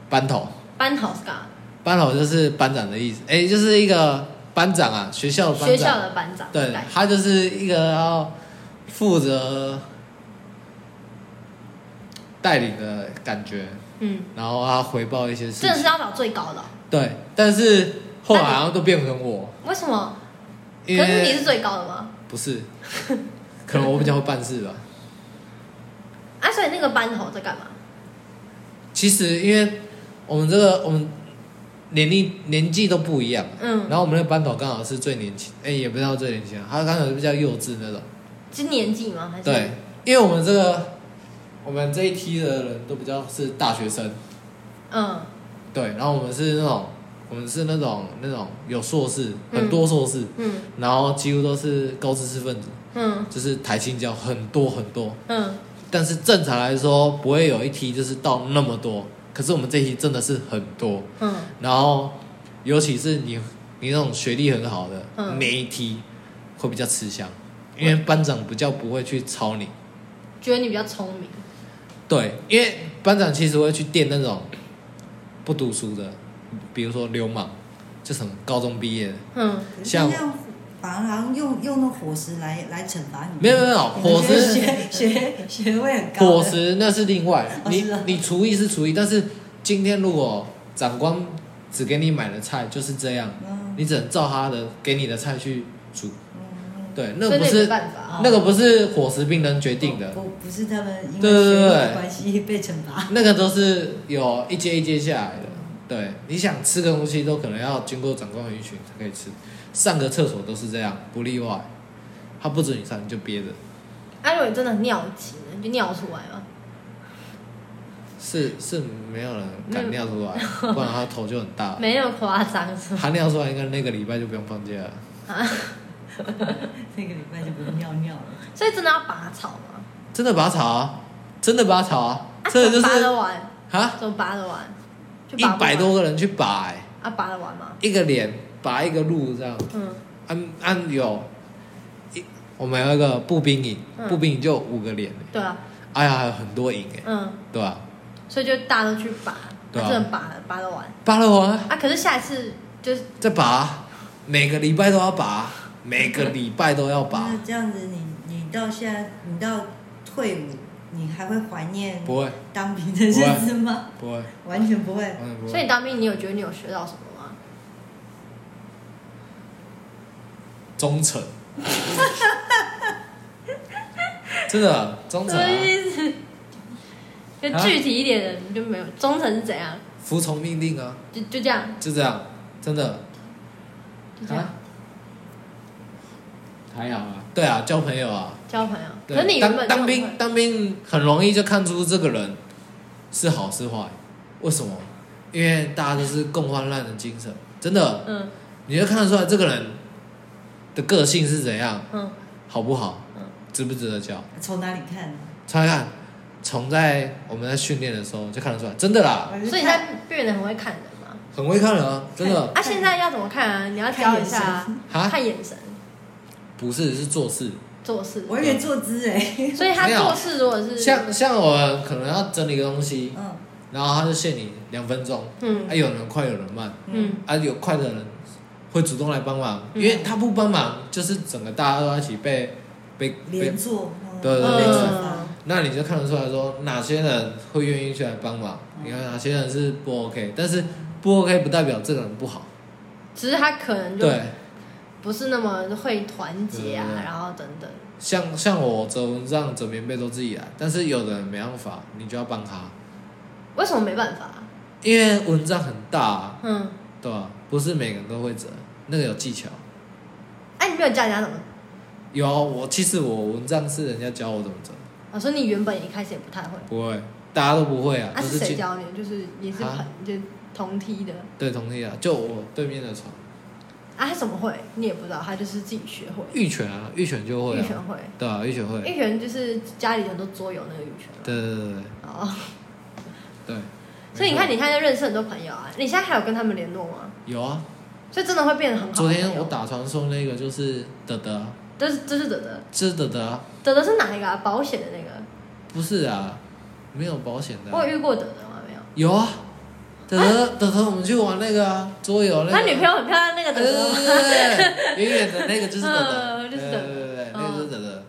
[SPEAKER 3] 班头，
[SPEAKER 1] 班头 scar？
[SPEAKER 3] 班头就是班长的意思，哎、就是一个班长啊，学校的班
[SPEAKER 1] 学校
[SPEAKER 3] 长，
[SPEAKER 1] 的班长
[SPEAKER 3] 对
[SPEAKER 1] 概，
[SPEAKER 3] 他就是一个要负责带领的感觉，
[SPEAKER 1] 嗯，
[SPEAKER 3] 然后他回报一些事
[SPEAKER 1] 真的是
[SPEAKER 3] 情，
[SPEAKER 1] 要找最高的哦、
[SPEAKER 3] 对，但是后来好像都变成我，
[SPEAKER 1] 为什么？
[SPEAKER 3] 因
[SPEAKER 1] 啊可是你
[SPEAKER 3] 为
[SPEAKER 1] 是最高的吗？
[SPEAKER 3] 不是，可能我比较会办事吧。
[SPEAKER 1] 啊，所以那个班头在干嘛？
[SPEAKER 3] 其实因为我们这个我们年龄年纪都不一样，
[SPEAKER 1] 嗯
[SPEAKER 3] 然后我们那个班头刚好是最年轻，哎、也不知道最年轻啊，他刚好是比较幼稚那种，
[SPEAKER 1] 是年纪吗？还是
[SPEAKER 3] 对，因为我们这个我们这一批的人都比较是大学生，
[SPEAKER 1] 嗯
[SPEAKER 3] 对，然后我们是那种我们是那种那种有硕士，很多硕士，
[SPEAKER 1] 嗯
[SPEAKER 3] 然后几乎都是高知识分子，
[SPEAKER 1] 嗯
[SPEAKER 3] 就是台青教很多很多，
[SPEAKER 1] 嗯，
[SPEAKER 3] 但是正常来说不会有一批就是到那么多，可是我们这一批真的是很多，
[SPEAKER 1] 嗯
[SPEAKER 3] 然后尤其是你你那种学历很好的、
[SPEAKER 1] 嗯
[SPEAKER 3] 那一批会比较吃香，因为班长比较不会去抄你。
[SPEAKER 1] 觉得你比较聪明。
[SPEAKER 3] 对，因为班长其实会去电那种不读书的，比如说流氓，就是很高中毕业的，
[SPEAKER 1] 嗯
[SPEAKER 4] 可是
[SPEAKER 3] 像
[SPEAKER 4] 这样反而好像用用那伙食来来惩罚你。
[SPEAKER 3] 没有没有没有
[SPEAKER 4] 你
[SPEAKER 3] 伙
[SPEAKER 4] 们觉得 [laughs]
[SPEAKER 3] 食
[SPEAKER 4] 学学学位很高的。
[SPEAKER 3] 伙食那是另外，
[SPEAKER 4] 哦
[SPEAKER 3] 你
[SPEAKER 4] 是啊
[SPEAKER 3] 你厨艺是厨艺，但是今天如果长官只给你买的菜就是这样，
[SPEAKER 4] 嗯，
[SPEAKER 3] 你只能照他的给你的菜去煮。
[SPEAKER 4] 嗯
[SPEAKER 3] 对，
[SPEAKER 1] 所
[SPEAKER 3] 那
[SPEAKER 1] 以
[SPEAKER 3] 不
[SPEAKER 1] 也没
[SPEAKER 3] 是
[SPEAKER 1] 办法。啊
[SPEAKER 3] 那个不是伙食病能决定的，
[SPEAKER 1] 哦
[SPEAKER 4] 不不是他们因为
[SPEAKER 3] 对对
[SPEAKER 4] 学历
[SPEAKER 3] 对
[SPEAKER 4] 的关系 [laughs] 被惩罚。
[SPEAKER 3] 那个都是有一阶一阶下来的。对，你想吃个东西都可能要经过长官允许才可以吃，上个厕所都是这样，不例外。他不准你上，你就憋着。
[SPEAKER 1] 啊，如果你真的尿急呢，你就尿出来啊嘛。
[SPEAKER 3] 是是没有人敢尿
[SPEAKER 1] [laughs]
[SPEAKER 3] 出来，不然他头就很大。
[SPEAKER 1] 没那么夸张是吗？啊
[SPEAKER 3] 他尿出来，应该那个礼拜就不用放假了。
[SPEAKER 4] 那个礼拜就不用尿尿了。
[SPEAKER 1] 所以真的要拔草吗？
[SPEAKER 3] 真的拔草啊！真的拔草啊！
[SPEAKER 1] 啊，
[SPEAKER 3] 真的
[SPEAKER 1] 怎
[SPEAKER 3] 就
[SPEAKER 1] 么拔得
[SPEAKER 3] 是
[SPEAKER 1] 完？
[SPEAKER 3] 啊，
[SPEAKER 1] 怎么拔得完？就
[SPEAKER 3] 一
[SPEAKER 1] 拔不
[SPEAKER 3] 百
[SPEAKER 1] 完
[SPEAKER 3] 多个人去拔、欸，
[SPEAKER 1] 啊，拔得完吗？
[SPEAKER 3] 一个脸拔一个路这样。
[SPEAKER 1] 嗯
[SPEAKER 3] 按按有一我们有一个步兵营，
[SPEAKER 1] 嗯
[SPEAKER 3] 步兵营就有五个连、欸，，
[SPEAKER 1] 对啊，
[SPEAKER 3] 哎呀，还有很多营哎、
[SPEAKER 1] 嗯，
[SPEAKER 3] 对吧、
[SPEAKER 1] 所以就大家都去拔，
[SPEAKER 3] 对啊
[SPEAKER 1] 真的拔拔得完
[SPEAKER 3] 拔了完
[SPEAKER 1] 啊。可是下一次就是
[SPEAKER 3] 再拔，每个礼拜都要拔，每个礼拜都要拔
[SPEAKER 1] 嗯
[SPEAKER 4] 那，这样子你，你到现在，你到退伍，你还会怀念
[SPEAKER 3] 不会
[SPEAKER 4] 当兵的日子吗？
[SPEAKER 3] 不会，
[SPEAKER 4] 完全不会
[SPEAKER 3] 完。全不
[SPEAKER 1] 所以你
[SPEAKER 3] 会。
[SPEAKER 1] 当兵，你有觉得你有学到什么吗？
[SPEAKER 3] 忠诚，真的忠
[SPEAKER 1] 什
[SPEAKER 3] 诚、
[SPEAKER 1] 么
[SPEAKER 3] 啊，
[SPEAKER 1] 意思？就
[SPEAKER 3] 啊
[SPEAKER 1] 具体一点的你就没有忠诚是怎样，
[SPEAKER 3] 服从命令啊，
[SPEAKER 1] 就就这样，
[SPEAKER 3] 就这样，真的
[SPEAKER 1] 就这样、
[SPEAKER 3] 啊还好啊，对啊，交朋友啊，
[SPEAKER 1] 交朋友。
[SPEAKER 3] 对
[SPEAKER 1] 可是你原
[SPEAKER 3] 当
[SPEAKER 1] 本
[SPEAKER 3] 当
[SPEAKER 1] 就
[SPEAKER 3] 兵当兵很容易就看出这个人是好是坏，为什么？因为大家都是共患难的精神，真的，
[SPEAKER 1] 嗯
[SPEAKER 3] 你就看得出来这个人的个性是怎样，
[SPEAKER 1] 嗯，
[SPEAKER 3] 好不好
[SPEAKER 1] 嗯，
[SPEAKER 3] 值不值得交。
[SPEAKER 4] 从哪里看？
[SPEAKER 3] 猜看，从在我们在训练的时候就看得出来，真的啦，
[SPEAKER 1] 所以你在变得很会看人嘛。
[SPEAKER 3] 很会看人啊，真的
[SPEAKER 1] 啊，现在要怎么看啊？你要教一下啊，
[SPEAKER 3] 啊，
[SPEAKER 1] 看眼神
[SPEAKER 3] 不是是做事。
[SPEAKER 1] 做事。
[SPEAKER 4] 我以为坐姿哎，
[SPEAKER 1] 所以他
[SPEAKER 3] 没有
[SPEAKER 1] 做事如果是
[SPEAKER 3] 像像我可能要整理个东西，
[SPEAKER 4] 嗯
[SPEAKER 3] 然后他就限你两分钟，
[SPEAKER 1] 嗯
[SPEAKER 3] 啊，有人快，有人慢，
[SPEAKER 1] 嗯
[SPEAKER 3] 啊，有快的人会主动来帮忙，因为他不帮忙，就是整个大家都要一起被被被
[SPEAKER 4] 连，坐，嗯
[SPEAKER 3] 对对
[SPEAKER 4] 被
[SPEAKER 3] 对
[SPEAKER 4] 处
[SPEAKER 3] 对
[SPEAKER 4] 罚，
[SPEAKER 3] 那你就看得出来说哪些人会愿意去来帮忙，
[SPEAKER 4] 嗯
[SPEAKER 3] 你看哪些人是不 OK，但是不 OK 不代表这个人不好，
[SPEAKER 1] 只是他可能就
[SPEAKER 3] 对，
[SPEAKER 1] 不是那么会团结啊
[SPEAKER 3] 对对，对
[SPEAKER 1] 然后等等，
[SPEAKER 3] 像像我折蚊帐、折棉被都自己来，但是有的人没办法，你就要帮他，
[SPEAKER 1] 为什么没办法啊？
[SPEAKER 3] 因为蚊帐很大、啊，
[SPEAKER 1] 嗯，
[SPEAKER 3] 对吧、不是每个人都会折，那个有技巧。
[SPEAKER 1] 哎，你没有教人家怎么？
[SPEAKER 3] 有啊我，其实我蚊帐是人家教我怎么折，
[SPEAKER 1] 我啊说你原本一开始也不太会，
[SPEAKER 3] 不会，大家都不会啊，
[SPEAKER 1] 啊
[SPEAKER 3] 都
[SPEAKER 1] 是谁
[SPEAKER 3] 进
[SPEAKER 1] 教你？就是也是
[SPEAKER 3] 啊
[SPEAKER 1] 朋就同梯的，
[SPEAKER 3] 对同意啊，就我对面的床
[SPEAKER 1] 啊他怎么会？你也不知道，他就是自己学会，
[SPEAKER 3] 玉泉啊，玉泉就会
[SPEAKER 1] 玉泉
[SPEAKER 3] 啊，
[SPEAKER 1] 会，
[SPEAKER 3] 对啊，玉泉会，对
[SPEAKER 1] 玉泉就是家里很多桌游那个玉泉嘛。
[SPEAKER 3] 对对对对
[SPEAKER 1] 哦，
[SPEAKER 3] 对，
[SPEAKER 1] 所以你看，
[SPEAKER 3] 没
[SPEAKER 1] 你现在就认识很多朋友啊，你现在还有跟他们联络吗？
[SPEAKER 3] 错有啊，
[SPEAKER 1] 所以真的会变得很好。
[SPEAKER 3] 昨天我，打传说那个就是德德啊，
[SPEAKER 1] 这是这是德德，
[SPEAKER 3] 这是德德啊，
[SPEAKER 1] 德德是哪一个啊？保险的那个，
[SPEAKER 3] 不是啊，没有保险的啊、
[SPEAKER 1] 我有遇过德德吗？没有。
[SPEAKER 3] 有啊，德德德德，我们去玩那个啊，桌游那个。
[SPEAKER 1] 他女朋
[SPEAKER 3] 友。
[SPEAKER 1] 友很漂亮，那个
[SPEAKER 3] 对
[SPEAKER 1] 德
[SPEAKER 3] 对
[SPEAKER 1] 德吗。
[SPEAKER 3] 对对，远远的那个就是德德，
[SPEAKER 1] 嗯就是
[SPEAKER 3] 对
[SPEAKER 1] 德德
[SPEAKER 3] 对对对，
[SPEAKER 1] 嗯
[SPEAKER 3] 那个就是德德，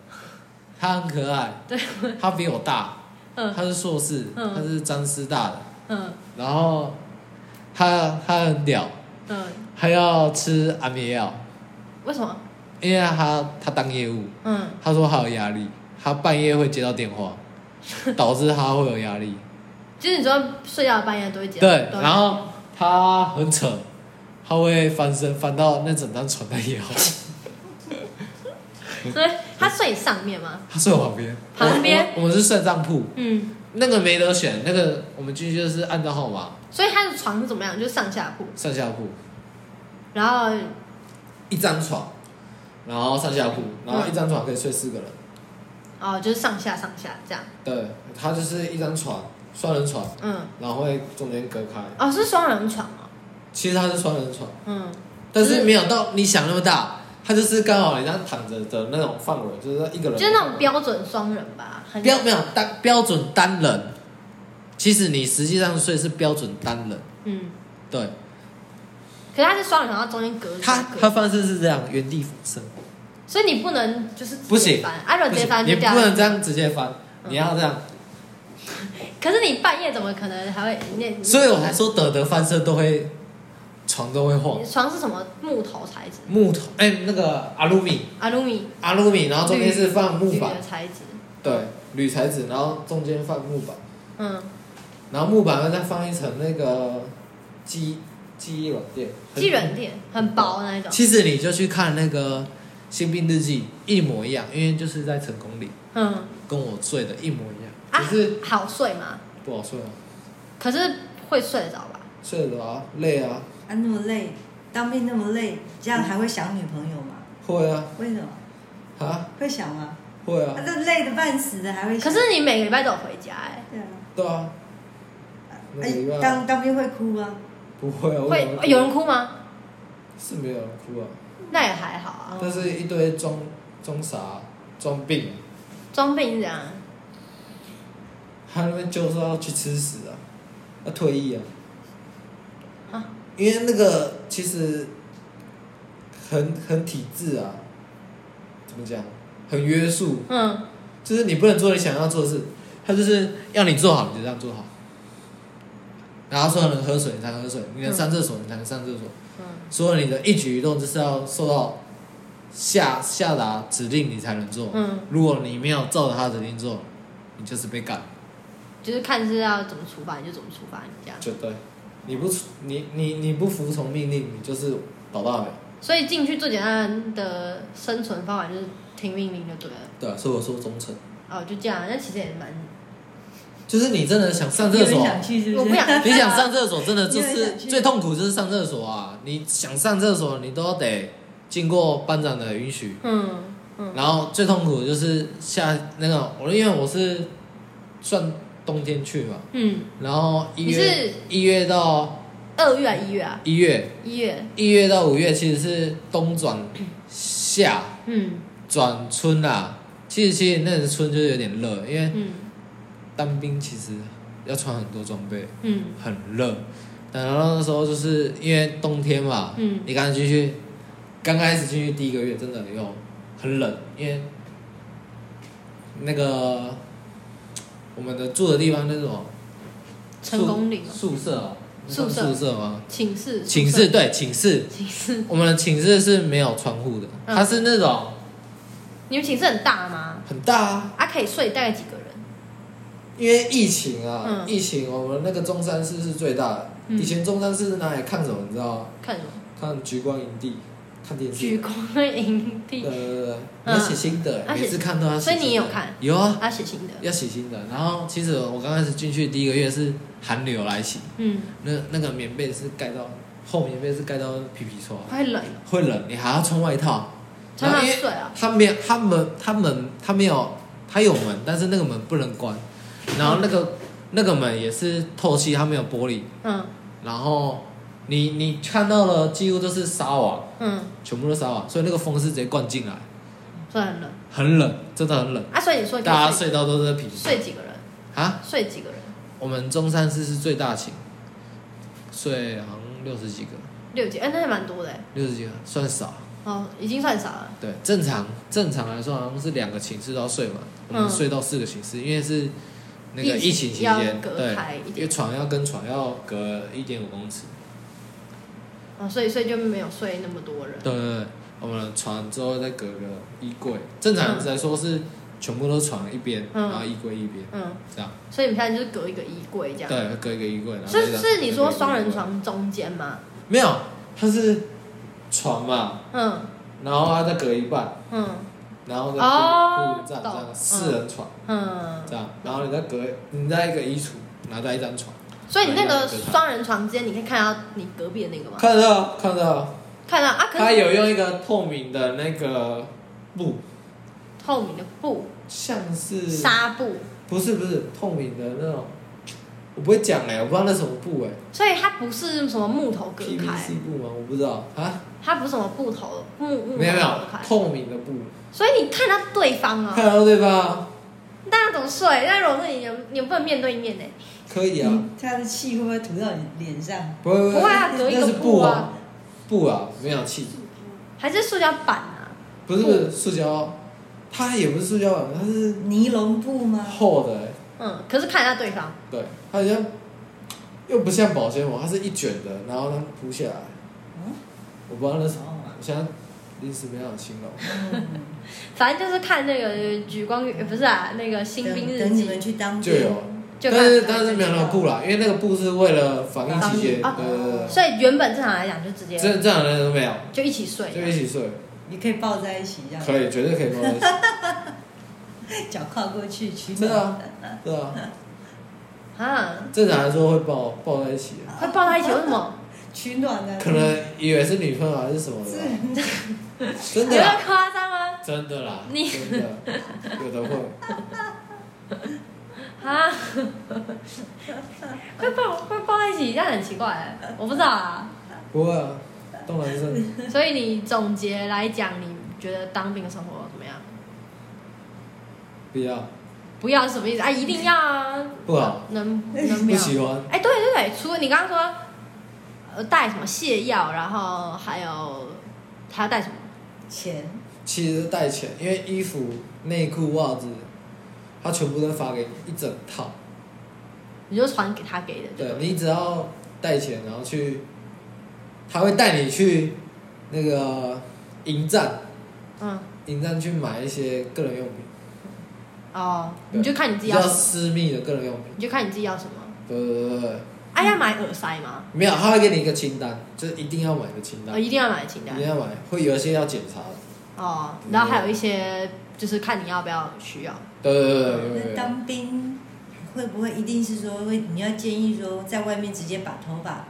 [SPEAKER 3] 他很可爱，对，他比我大，
[SPEAKER 1] 嗯
[SPEAKER 3] 他是硕士，
[SPEAKER 1] 嗯
[SPEAKER 3] 他是张师大的，
[SPEAKER 1] 嗯
[SPEAKER 3] 然后他他很屌，
[SPEAKER 1] 嗯，
[SPEAKER 3] 他要吃安眠药，
[SPEAKER 1] 为什么？
[SPEAKER 3] 因为他他当业务，
[SPEAKER 1] 嗯，
[SPEAKER 3] 他说他有压力，他半夜会接到
[SPEAKER 1] [laughs]
[SPEAKER 3] 电话，导致他会有压力，
[SPEAKER 1] 就是你知道睡觉的半夜都会讲。
[SPEAKER 3] 对，
[SPEAKER 1] 都会
[SPEAKER 3] 然后他很扯，他会翻身翻到那整张床的腰，
[SPEAKER 1] 所以他睡你上面吗？
[SPEAKER 3] [laughs] 他睡我旁边，
[SPEAKER 1] 旁边
[SPEAKER 3] 我我我们是算账铺，
[SPEAKER 1] 嗯，
[SPEAKER 3] 那个没得选，那个我们进去就是按照号码
[SPEAKER 1] 所以他的床是怎么样？就是上下铺，
[SPEAKER 3] 上下铺，
[SPEAKER 1] 然后
[SPEAKER 3] 一张床，然后上下铺，然后一张床可以睡四个人，
[SPEAKER 1] 哦，就是上下上下这样。
[SPEAKER 3] 对，它就是一张床，双人床，
[SPEAKER 1] 嗯，
[SPEAKER 3] 然后会中间隔开，
[SPEAKER 1] 哦，是双人床哦。
[SPEAKER 3] 其实它是双人床，
[SPEAKER 1] 嗯，
[SPEAKER 3] 但是没有到你想那么大，它就是刚好你这样躺着的那种范围，就是一个人，
[SPEAKER 1] 就是那种标准双人吧，很
[SPEAKER 3] 标没有单标准单人，其实你实际上睡是标准单人，
[SPEAKER 1] 嗯，
[SPEAKER 3] 对，
[SPEAKER 1] 可是他是双人床，然后中间隔
[SPEAKER 3] 它
[SPEAKER 1] 隔
[SPEAKER 3] 它翻身是这样，原地翻身。
[SPEAKER 1] 所以你不能就是
[SPEAKER 3] 不行
[SPEAKER 1] 翻，啊，如果直接翻
[SPEAKER 3] 你
[SPEAKER 1] 就
[SPEAKER 3] 不
[SPEAKER 1] 掉。
[SPEAKER 3] 能这样直接翻，
[SPEAKER 1] 嗯
[SPEAKER 3] 你要这样。
[SPEAKER 1] 可是你半夜怎么可能还会那？
[SPEAKER 3] 所以我还说德德翻身都会，床都会晃
[SPEAKER 1] 你。床是什么木头材质？
[SPEAKER 3] 木头，哎、那个阿鲁米，
[SPEAKER 1] 阿鲁米，
[SPEAKER 3] 阿鲁米，然后中间是放木
[SPEAKER 1] 铝
[SPEAKER 3] 板
[SPEAKER 1] 的，材质。
[SPEAKER 3] 对，铝材质，然后中间放木板，
[SPEAKER 1] 嗯，
[SPEAKER 3] 然后木板会再放一层那个鸡鸡软垫。
[SPEAKER 1] 既软垫哦很薄的那种。
[SPEAKER 3] 其实你就去看那个《新兵日记》，一模一样，因为就是在成功里
[SPEAKER 1] 嗯，
[SPEAKER 3] 跟我睡的一模一样，
[SPEAKER 1] 啊
[SPEAKER 3] 只是
[SPEAKER 1] 好睡吗？
[SPEAKER 3] 不好睡啊，
[SPEAKER 1] 可
[SPEAKER 3] 可
[SPEAKER 1] 是会睡得着吧？
[SPEAKER 3] 睡得啊，累啊，
[SPEAKER 4] 啊那么累，当兵那么累，这样还会想女朋友吗？
[SPEAKER 3] 会啊，
[SPEAKER 4] 为什么
[SPEAKER 3] 啊，
[SPEAKER 4] 会想吗？
[SPEAKER 3] 会啊
[SPEAKER 4] 啊，，这累的半死的还会
[SPEAKER 1] 可
[SPEAKER 4] 想？
[SPEAKER 1] 是你每个礼拜都有回家哎、
[SPEAKER 4] 对啊，
[SPEAKER 3] 对啊，那没啊办法
[SPEAKER 4] 哎，当当兵会哭啊，
[SPEAKER 3] 不会啊，我怎么
[SPEAKER 1] 会有人哭吗？
[SPEAKER 3] 是没有人哭啊，
[SPEAKER 1] 那也还好啊。
[SPEAKER 3] 但是一堆装装傻、装病，啊
[SPEAKER 1] 装病是怎样？啊
[SPEAKER 3] 他那边就说要去吃屎啊，要退役啊，
[SPEAKER 1] 啊，
[SPEAKER 3] 因为那个其实很很体制啊，怎么讲，很约束，
[SPEAKER 1] 嗯，
[SPEAKER 3] 就是你不能做你想要做的事，他就是要你做好你就这样做好。然后说能喝水你才能喝水，你能上厕所你才能上厕所，
[SPEAKER 1] 嗯
[SPEAKER 3] 所有你的一举一动就是要受到下下达指令你才能做。
[SPEAKER 1] 嗯，
[SPEAKER 3] 如果你没有照着他指令做，你就是被干。
[SPEAKER 1] 就是看是要怎么处罚你就怎么处罚你这样。
[SPEAKER 3] 绝对，你不你你你不服从命令，你就是倒大霉。
[SPEAKER 1] 所以进去最简单的生存方法就是听命令就对了。
[SPEAKER 3] 对啊，所以我说忠诚，
[SPEAKER 1] 哦，就这样，那其实也蛮……
[SPEAKER 3] 就是你真的想上
[SPEAKER 4] 你
[SPEAKER 3] 厕
[SPEAKER 4] 们
[SPEAKER 3] 所，
[SPEAKER 4] 想去是不是？
[SPEAKER 1] 我不想
[SPEAKER 3] [laughs] 你想上厕所，真的就
[SPEAKER 4] 你很
[SPEAKER 3] 是
[SPEAKER 4] 想去
[SPEAKER 3] 最痛苦就是上厕所啊！你想上厕所，你都得经过班长的允许。
[SPEAKER 1] [laughs] 嗯
[SPEAKER 3] 然后最痛苦的就是下那个，我因为我是算冬天去嘛，
[SPEAKER 1] 嗯，
[SPEAKER 3] 然后一
[SPEAKER 1] 你
[SPEAKER 3] 月
[SPEAKER 1] 是
[SPEAKER 3] 一月到
[SPEAKER 1] 二月还一月啊？
[SPEAKER 3] 一月，
[SPEAKER 1] 一月，
[SPEAKER 3] 一月到五月其实是冬转夏
[SPEAKER 1] 嗯
[SPEAKER 3] 转春啦。其实其实那个春就是有点热，因为
[SPEAKER 1] 嗯
[SPEAKER 3] 当兵其实要穿很多装备，
[SPEAKER 1] 嗯
[SPEAKER 3] 很热。然后那时候就是因为冬天嘛，
[SPEAKER 1] 嗯
[SPEAKER 3] 你刚进去，刚开始进去第一个月真的有很冷，因为那个我们的住的地方那种
[SPEAKER 1] 成功岭哦
[SPEAKER 3] 宿舍哦，
[SPEAKER 1] 宿舍
[SPEAKER 3] 算宿舍吗？
[SPEAKER 1] 寝室，
[SPEAKER 3] 寝室，对寝室，
[SPEAKER 1] 寝室，
[SPEAKER 3] 我们的寝室是没有窗户的，
[SPEAKER 1] 嗯
[SPEAKER 3] 它是那种
[SPEAKER 1] 你们寝室很大吗？
[SPEAKER 3] 很大啊，
[SPEAKER 1] 啊，可以睡大概几个人？
[SPEAKER 3] 因为疫情啊，
[SPEAKER 1] 嗯
[SPEAKER 3] 疫情我们那个中山市是最大的，
[SPEAKER 1] 嗯
[SPEAKER 3] 以前中山市是拿来看什么，你知道吗？
[SPEAKER 1] 看什么？
[SPEAKER 3] 看橘光营地，看电视，
[SPEAKER 1] 举光的营
[SPEAKER 3] 对
[SPEAKER 1] 地，
[SPEAKER 3] 对对对，你要写新的、
[SPEAKER 1] 要写
[SPEAKER 3] 每次看都要写
[SPEAKER 1] 所以
[SPEAKER 3] 新的。
[SPEAKER 1] 你有看？
[SPEAKER 3] 有啊，
[SPEAKER 1] 他写新的，
[SPEAKER 3] 要洗新的。然后其实我刚开始进去第一个月是寒流来袭，
[SPEAKER 1] 嗯，
[SPEAKER 3] 那那个棉被是盖到厚棉被是盖到皮皮抽，
[SPEAKER 1] 会冷，
[SPEAKER 3] 会冷，你还要穿外套。
[SPEAKER 1] 穿
[SPEAKER 3] 然
[SPEAKER 1] 到
[SPEAKER 3] 后因为
[SPEAKER 1] 睡啊，
[SPEAKER 3] 它没有，它门，它门，它没有，它有门，但是那个门不能关。然后那个那个门也是透气，它没有玻璃。
[SPEAKER 1] 嗯
[SPEAKER 3] 然后你你看到了，几乎都是纱网，
[SPEAKER 1] 嗯，
[SPEAKER 3] 全部都纱网，所以那个风是直接灌进来，
[SPEAKER 1] 所以很冷。
[SPEAKER 3] 很冷，真的很冷。
[SPEAKER 1] 啊，所以你说你
[SPEAKER 3] 大家
[SPEAKER 1] 睡
[SPEAKER 3] 睡到都是皮皮
[SPEAKER 1] 睡几个人？
[SPEAKER 3] 啊。
[SPEAKER 1] 睡几个人？
[SPEAKER 3] 我们中山市是最大型，睡好像六十几个，
[SPEAKER 1] 六几？哎，那也蛮多的欸，
[SPEAKER 3] 六十几个算少。
[SPEAKER 1] 哦，已经算少了。
[SPEAKER 3] 对，正常正常来说好像是两个寝室都要睡满，我们
[SPEAKER 1] 嗯
[SPEAKER 3] 睡到四个寝室，因为是那个疫
[SPEAKER 1] 疫
[SPEAKER 3] 情
[SPEAKER 1] 情
[SPEAKER 3] 期
[SPEAKER 1] 要
[SPEAKER 3] 间，
[SPEAKER 1] 隔
[SPEAKER 3] 对
[SPEAKER 1] 开一，点嗯
[SPEAKER 3] 因为床要跟床要隔一点五公尺。
[SPEAKER 1] 啊，所以所以就没有睡那么多人。
[SPEAKER 3] 对对对，我们的床之后再隔个衣柜，正常来说是全部都床一边，
[SPEAKER 1] 嗯
[SPEAKER 3] 然后衣柜一边
[SPEAKER 1] 嗯，
[SPEAKER 3] 这样，
[SPEAKER 1] 所以你们现在就是隔一个衣柜这样。。
[SPEAKER 3] 对，隔一个衣柜。然后再
[SPEAKER 1] 是
[SPEAKER 3] 这样
[SPEAKER 1] 是你说
[SPEAKER 3] 隔一个衣柜
[SPEAKER 1] 双人？床中间吗？
[SPEAKER 3] 没有，它是床嘛，
[SPEAKER 1] 嗯
[SPEAKER 3] 然后它再隔一半。
[SPEAKER 1] 嗯
[SPEAKER 3] 然后再
[SPEAKER 1] 哦
[SPEAKER 3] 铺铺站这样
[SPEAKER 1] 懂
[SPEAKER 3] 四人床
[SPEAKER 1] 嗯。
[SPEAKER 3] 这样，然后你再隔你再一个衣橱，拿到一张床，
[SPEAKER 1] 所以你那个双人床间，你可以看到你隔壁的那个吗？
[SPEAKER 3] 看得到看得到，
[SPEAKER 1] 看到啊，可
[SPEAKER 3] 它
[SPEAKER 1] 是
[SPEAKER 3] 有用一个透明的那个布，
[SPEAKER 1] 透明的布、
[SPEAKER 3] 像是
[SPEAKER 1] 纱布，
[SPEAKER 3] 不是不是透明的那种，我不会讲哎、我不知道那什么布哎、
[SPEAKER 1] 所以它不是什么木头隔开，
[SPEAKER 3] PVC 布吗？我不知道啊，
[SPEAKER 1] 它不是什么布头木木头
[SPEAKER 3] 没有没有
[SPEAKER 1] 隔开，啊
[SPEAKER 3] 透明的布，
[SPEAKER 1] 所以你看到对方啊
[SPEAKER 3] [laughs] 看，得到对吧？
[SPEAKER 1] 那要怎么睡？那如果是你，你不能面对面呢？
[SPEAKER 3] 可以啊，
[SPEAKER 4] 嗯他的气会不会涂到你脸上？
[SPEAKER 3] 不会不
[SPEAKER 1] 不会啊，隔一
[SPEAKER 3] 那
[SPEAKER 1] 个
[SPEAKER 3] 是布
[SPEAKER 1] 啊，，
[SPEAKER 3] 布啊，没有气质。
[SPEAKER 1] 还是塑胶板啊？
[SPEAKER 3] 不是塑胶，它也不是塑胶板，它是
[SPEAKER 4] 尼龙布吗？
[SPEAKER 3] 厚的、欸，
[SPEAKER 1] 嗯，可是看得到对方，
[SPEAKER 3] 对，它好像又不像保鲜膜，它是一卷的，然后它铺下来。
[SPEAKER 4] 嗯
[SPEAKER 3] 我不知道那是，
[SPEAKER 4] 哦
[SPEAKER 3] 我现在临时没有形容。
[SPEAKER 4] 嗯
[SPEAKER 1] 反正就是看那个举光呃不是啊，那个新兵
[SPEAKER 4] 等
[SPEAKER 1] 日
[SPEAKER 4] 等你
[SPEAKER 1] 记
[SPEAKER 4] 们去当
[SPEAKER 3] 就
[SPEAKER 4] 兵，
[SPEAKER 3] 有，
[SPEAKER 1] 嗯就
[SPEAKER 3] 但是
[SPEAKER 1] 看。
[SPEAKER 3] 但是没有那个布啦，因为那个布是为了防疫期间，
[SPEAKER 1] 防疫
[SPEAKER 3] 呃
[SPEAKER 1] 啊
[SPEAKER 3] 对对对
[SPEAKER 1] 所以原本正常来讲就直接
[SPEAKER 3] 对，正正常人都没有，
[SPEAKER 1] 就一起睡，
[SPEAKER 3] 就一起睡，
[SPEAKER 4] 你可以抱在一起这样，
[SPEAKER 3] 可以，绝对可以抱在一
[SPEAKER 1] 啊
[SPEAKER 3] 起，
[SPEAKER 4] 脚跨过去取
[SPEAKER 3] 真的
[SPEAKER 4] 暖
[SPEAKER 3] 啊。对啊，
[SPEAKER 1] 啊，
[SPEAKER 3] 正常来说会抱抱在一起的，
[SPEAKER 1] 会抱在一起为什么？
[SPEAKER 4] 取暖啊。
[SPEAKER 3] 可能以为是女朋友还是什么的吧，
[SPEAKER 4] 是
[SPEAKER 3] 真
[SPEAKER 1] 你
[SPEAKER 3] 的啊啦
[SPEAKER 1] 要夸张啊吗？
[SPEAKER 3] 真的啦，
[SPEAKER 1] 哎你
[SPEAKER 3] 真的有的会。
[SPEAKER 1] 啊， [laughs] 会抱会抱在一起，这样很奇怪欸，我不知道啊。
[SPEAKER 3] 不会啊，当然是
[SPEAKER 1] 所以你总结来讲，你觉得当兵的生活怎么样？
[SPEAKER 3] 不要，
[SPEAKER 1] 不要是什么意思啊？一定要啊，
[SPEAKER 3] [laughs] 不好， [laughs]
[SPEAKER 1] 能能不
[SPEAKER 3] 不
[SPEAKER 1] 要？
[SPEAKER 3] 喜欢，
[SPEAKER 1] 哎，对对对，除了你刚刚说，呃，带什么泻药，然后还有还要带什么？
[SPEAKER 4] 钱，
[SPEAKER 3] 其实带钱，因为衣服、内裤、袜子，他全部都发给你一整套。
[SPEAKER 1] 你就传给他给的，
[SPEAKER 3] 对
[SPEAKER 1] 吧
[SPEAKER 3] 你只要带钱，然后去，他会带你去那个营站，
[SPEAKER 1] 嗯，
[SPEAKER 3] 营站去买一些个人用品。
[SPEAKER 1] 哦，
[SPEAKER 3] 对
[SPEAKER 1] 你就看你自
[SPEAKER 3] 比
[SPEAKER 1] 己要
[SPEAKER 3] 较
[SPEAKER 1] 什么，
[SPEAKER 3] 私密的个人用品。
[SPEAKER 1] 你就看你自己要什么。
[SPEAKER 3] 对对对对，
[SPEAKER 1] 哎、要买耳塞吗？
[SPEAKER 3] 没有，他会给你一个清单，就是一定要买的清单，
[SPEAKER 1] 哦，一定要买清
[SPEAKER 3] 一
[SPEAKER 1] 单
[SPEAKER 3] 定要买，会有一些要检查的。
[SPEAKER 1] 哦，然后还有一
[SPEAKER 3] 嗯
[SPEAKER 1] 些就是看你要不要需要。
[SPEAKER 3] 对对对对对
[SPEAKER 4] 那
[SPEAKER 3] 对，
[SPEAKER 4] 当兵会不会一定是说会你要建议说在外面直接把头发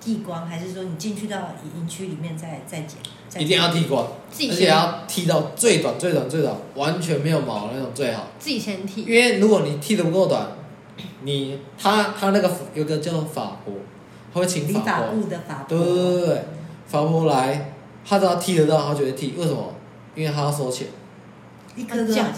[SPEAKER 4] 剃光，还是说你进去到营区里面再再剪？再
[SPEAKER 3] 一定要剃光，
[SPEAKER 1] 自己
[SPEAKER 3] 而且
[SPEAKER 1] 先
[SPEAKER 3] 要剃到最短最短最短，完全没有毛的那种最好。
[SPEAKER 1] 自己先剃
[SPEAKER 3] 因为如果你剃得不够短，你他他那个有个叫法婆，他会请
[SPEAKER 4] 理
[SPEAKER 3] 法
[SPEAKER 4] 发
[SPEAKER 3] 婆，
[SPEAKER 4] 部的发
[SPEAKER 3] 对对对对对，法婆来，他只要剃得到，他就会剃。为什么？因为他要收钱，
[SPEAKER 4] 一颗多少钱？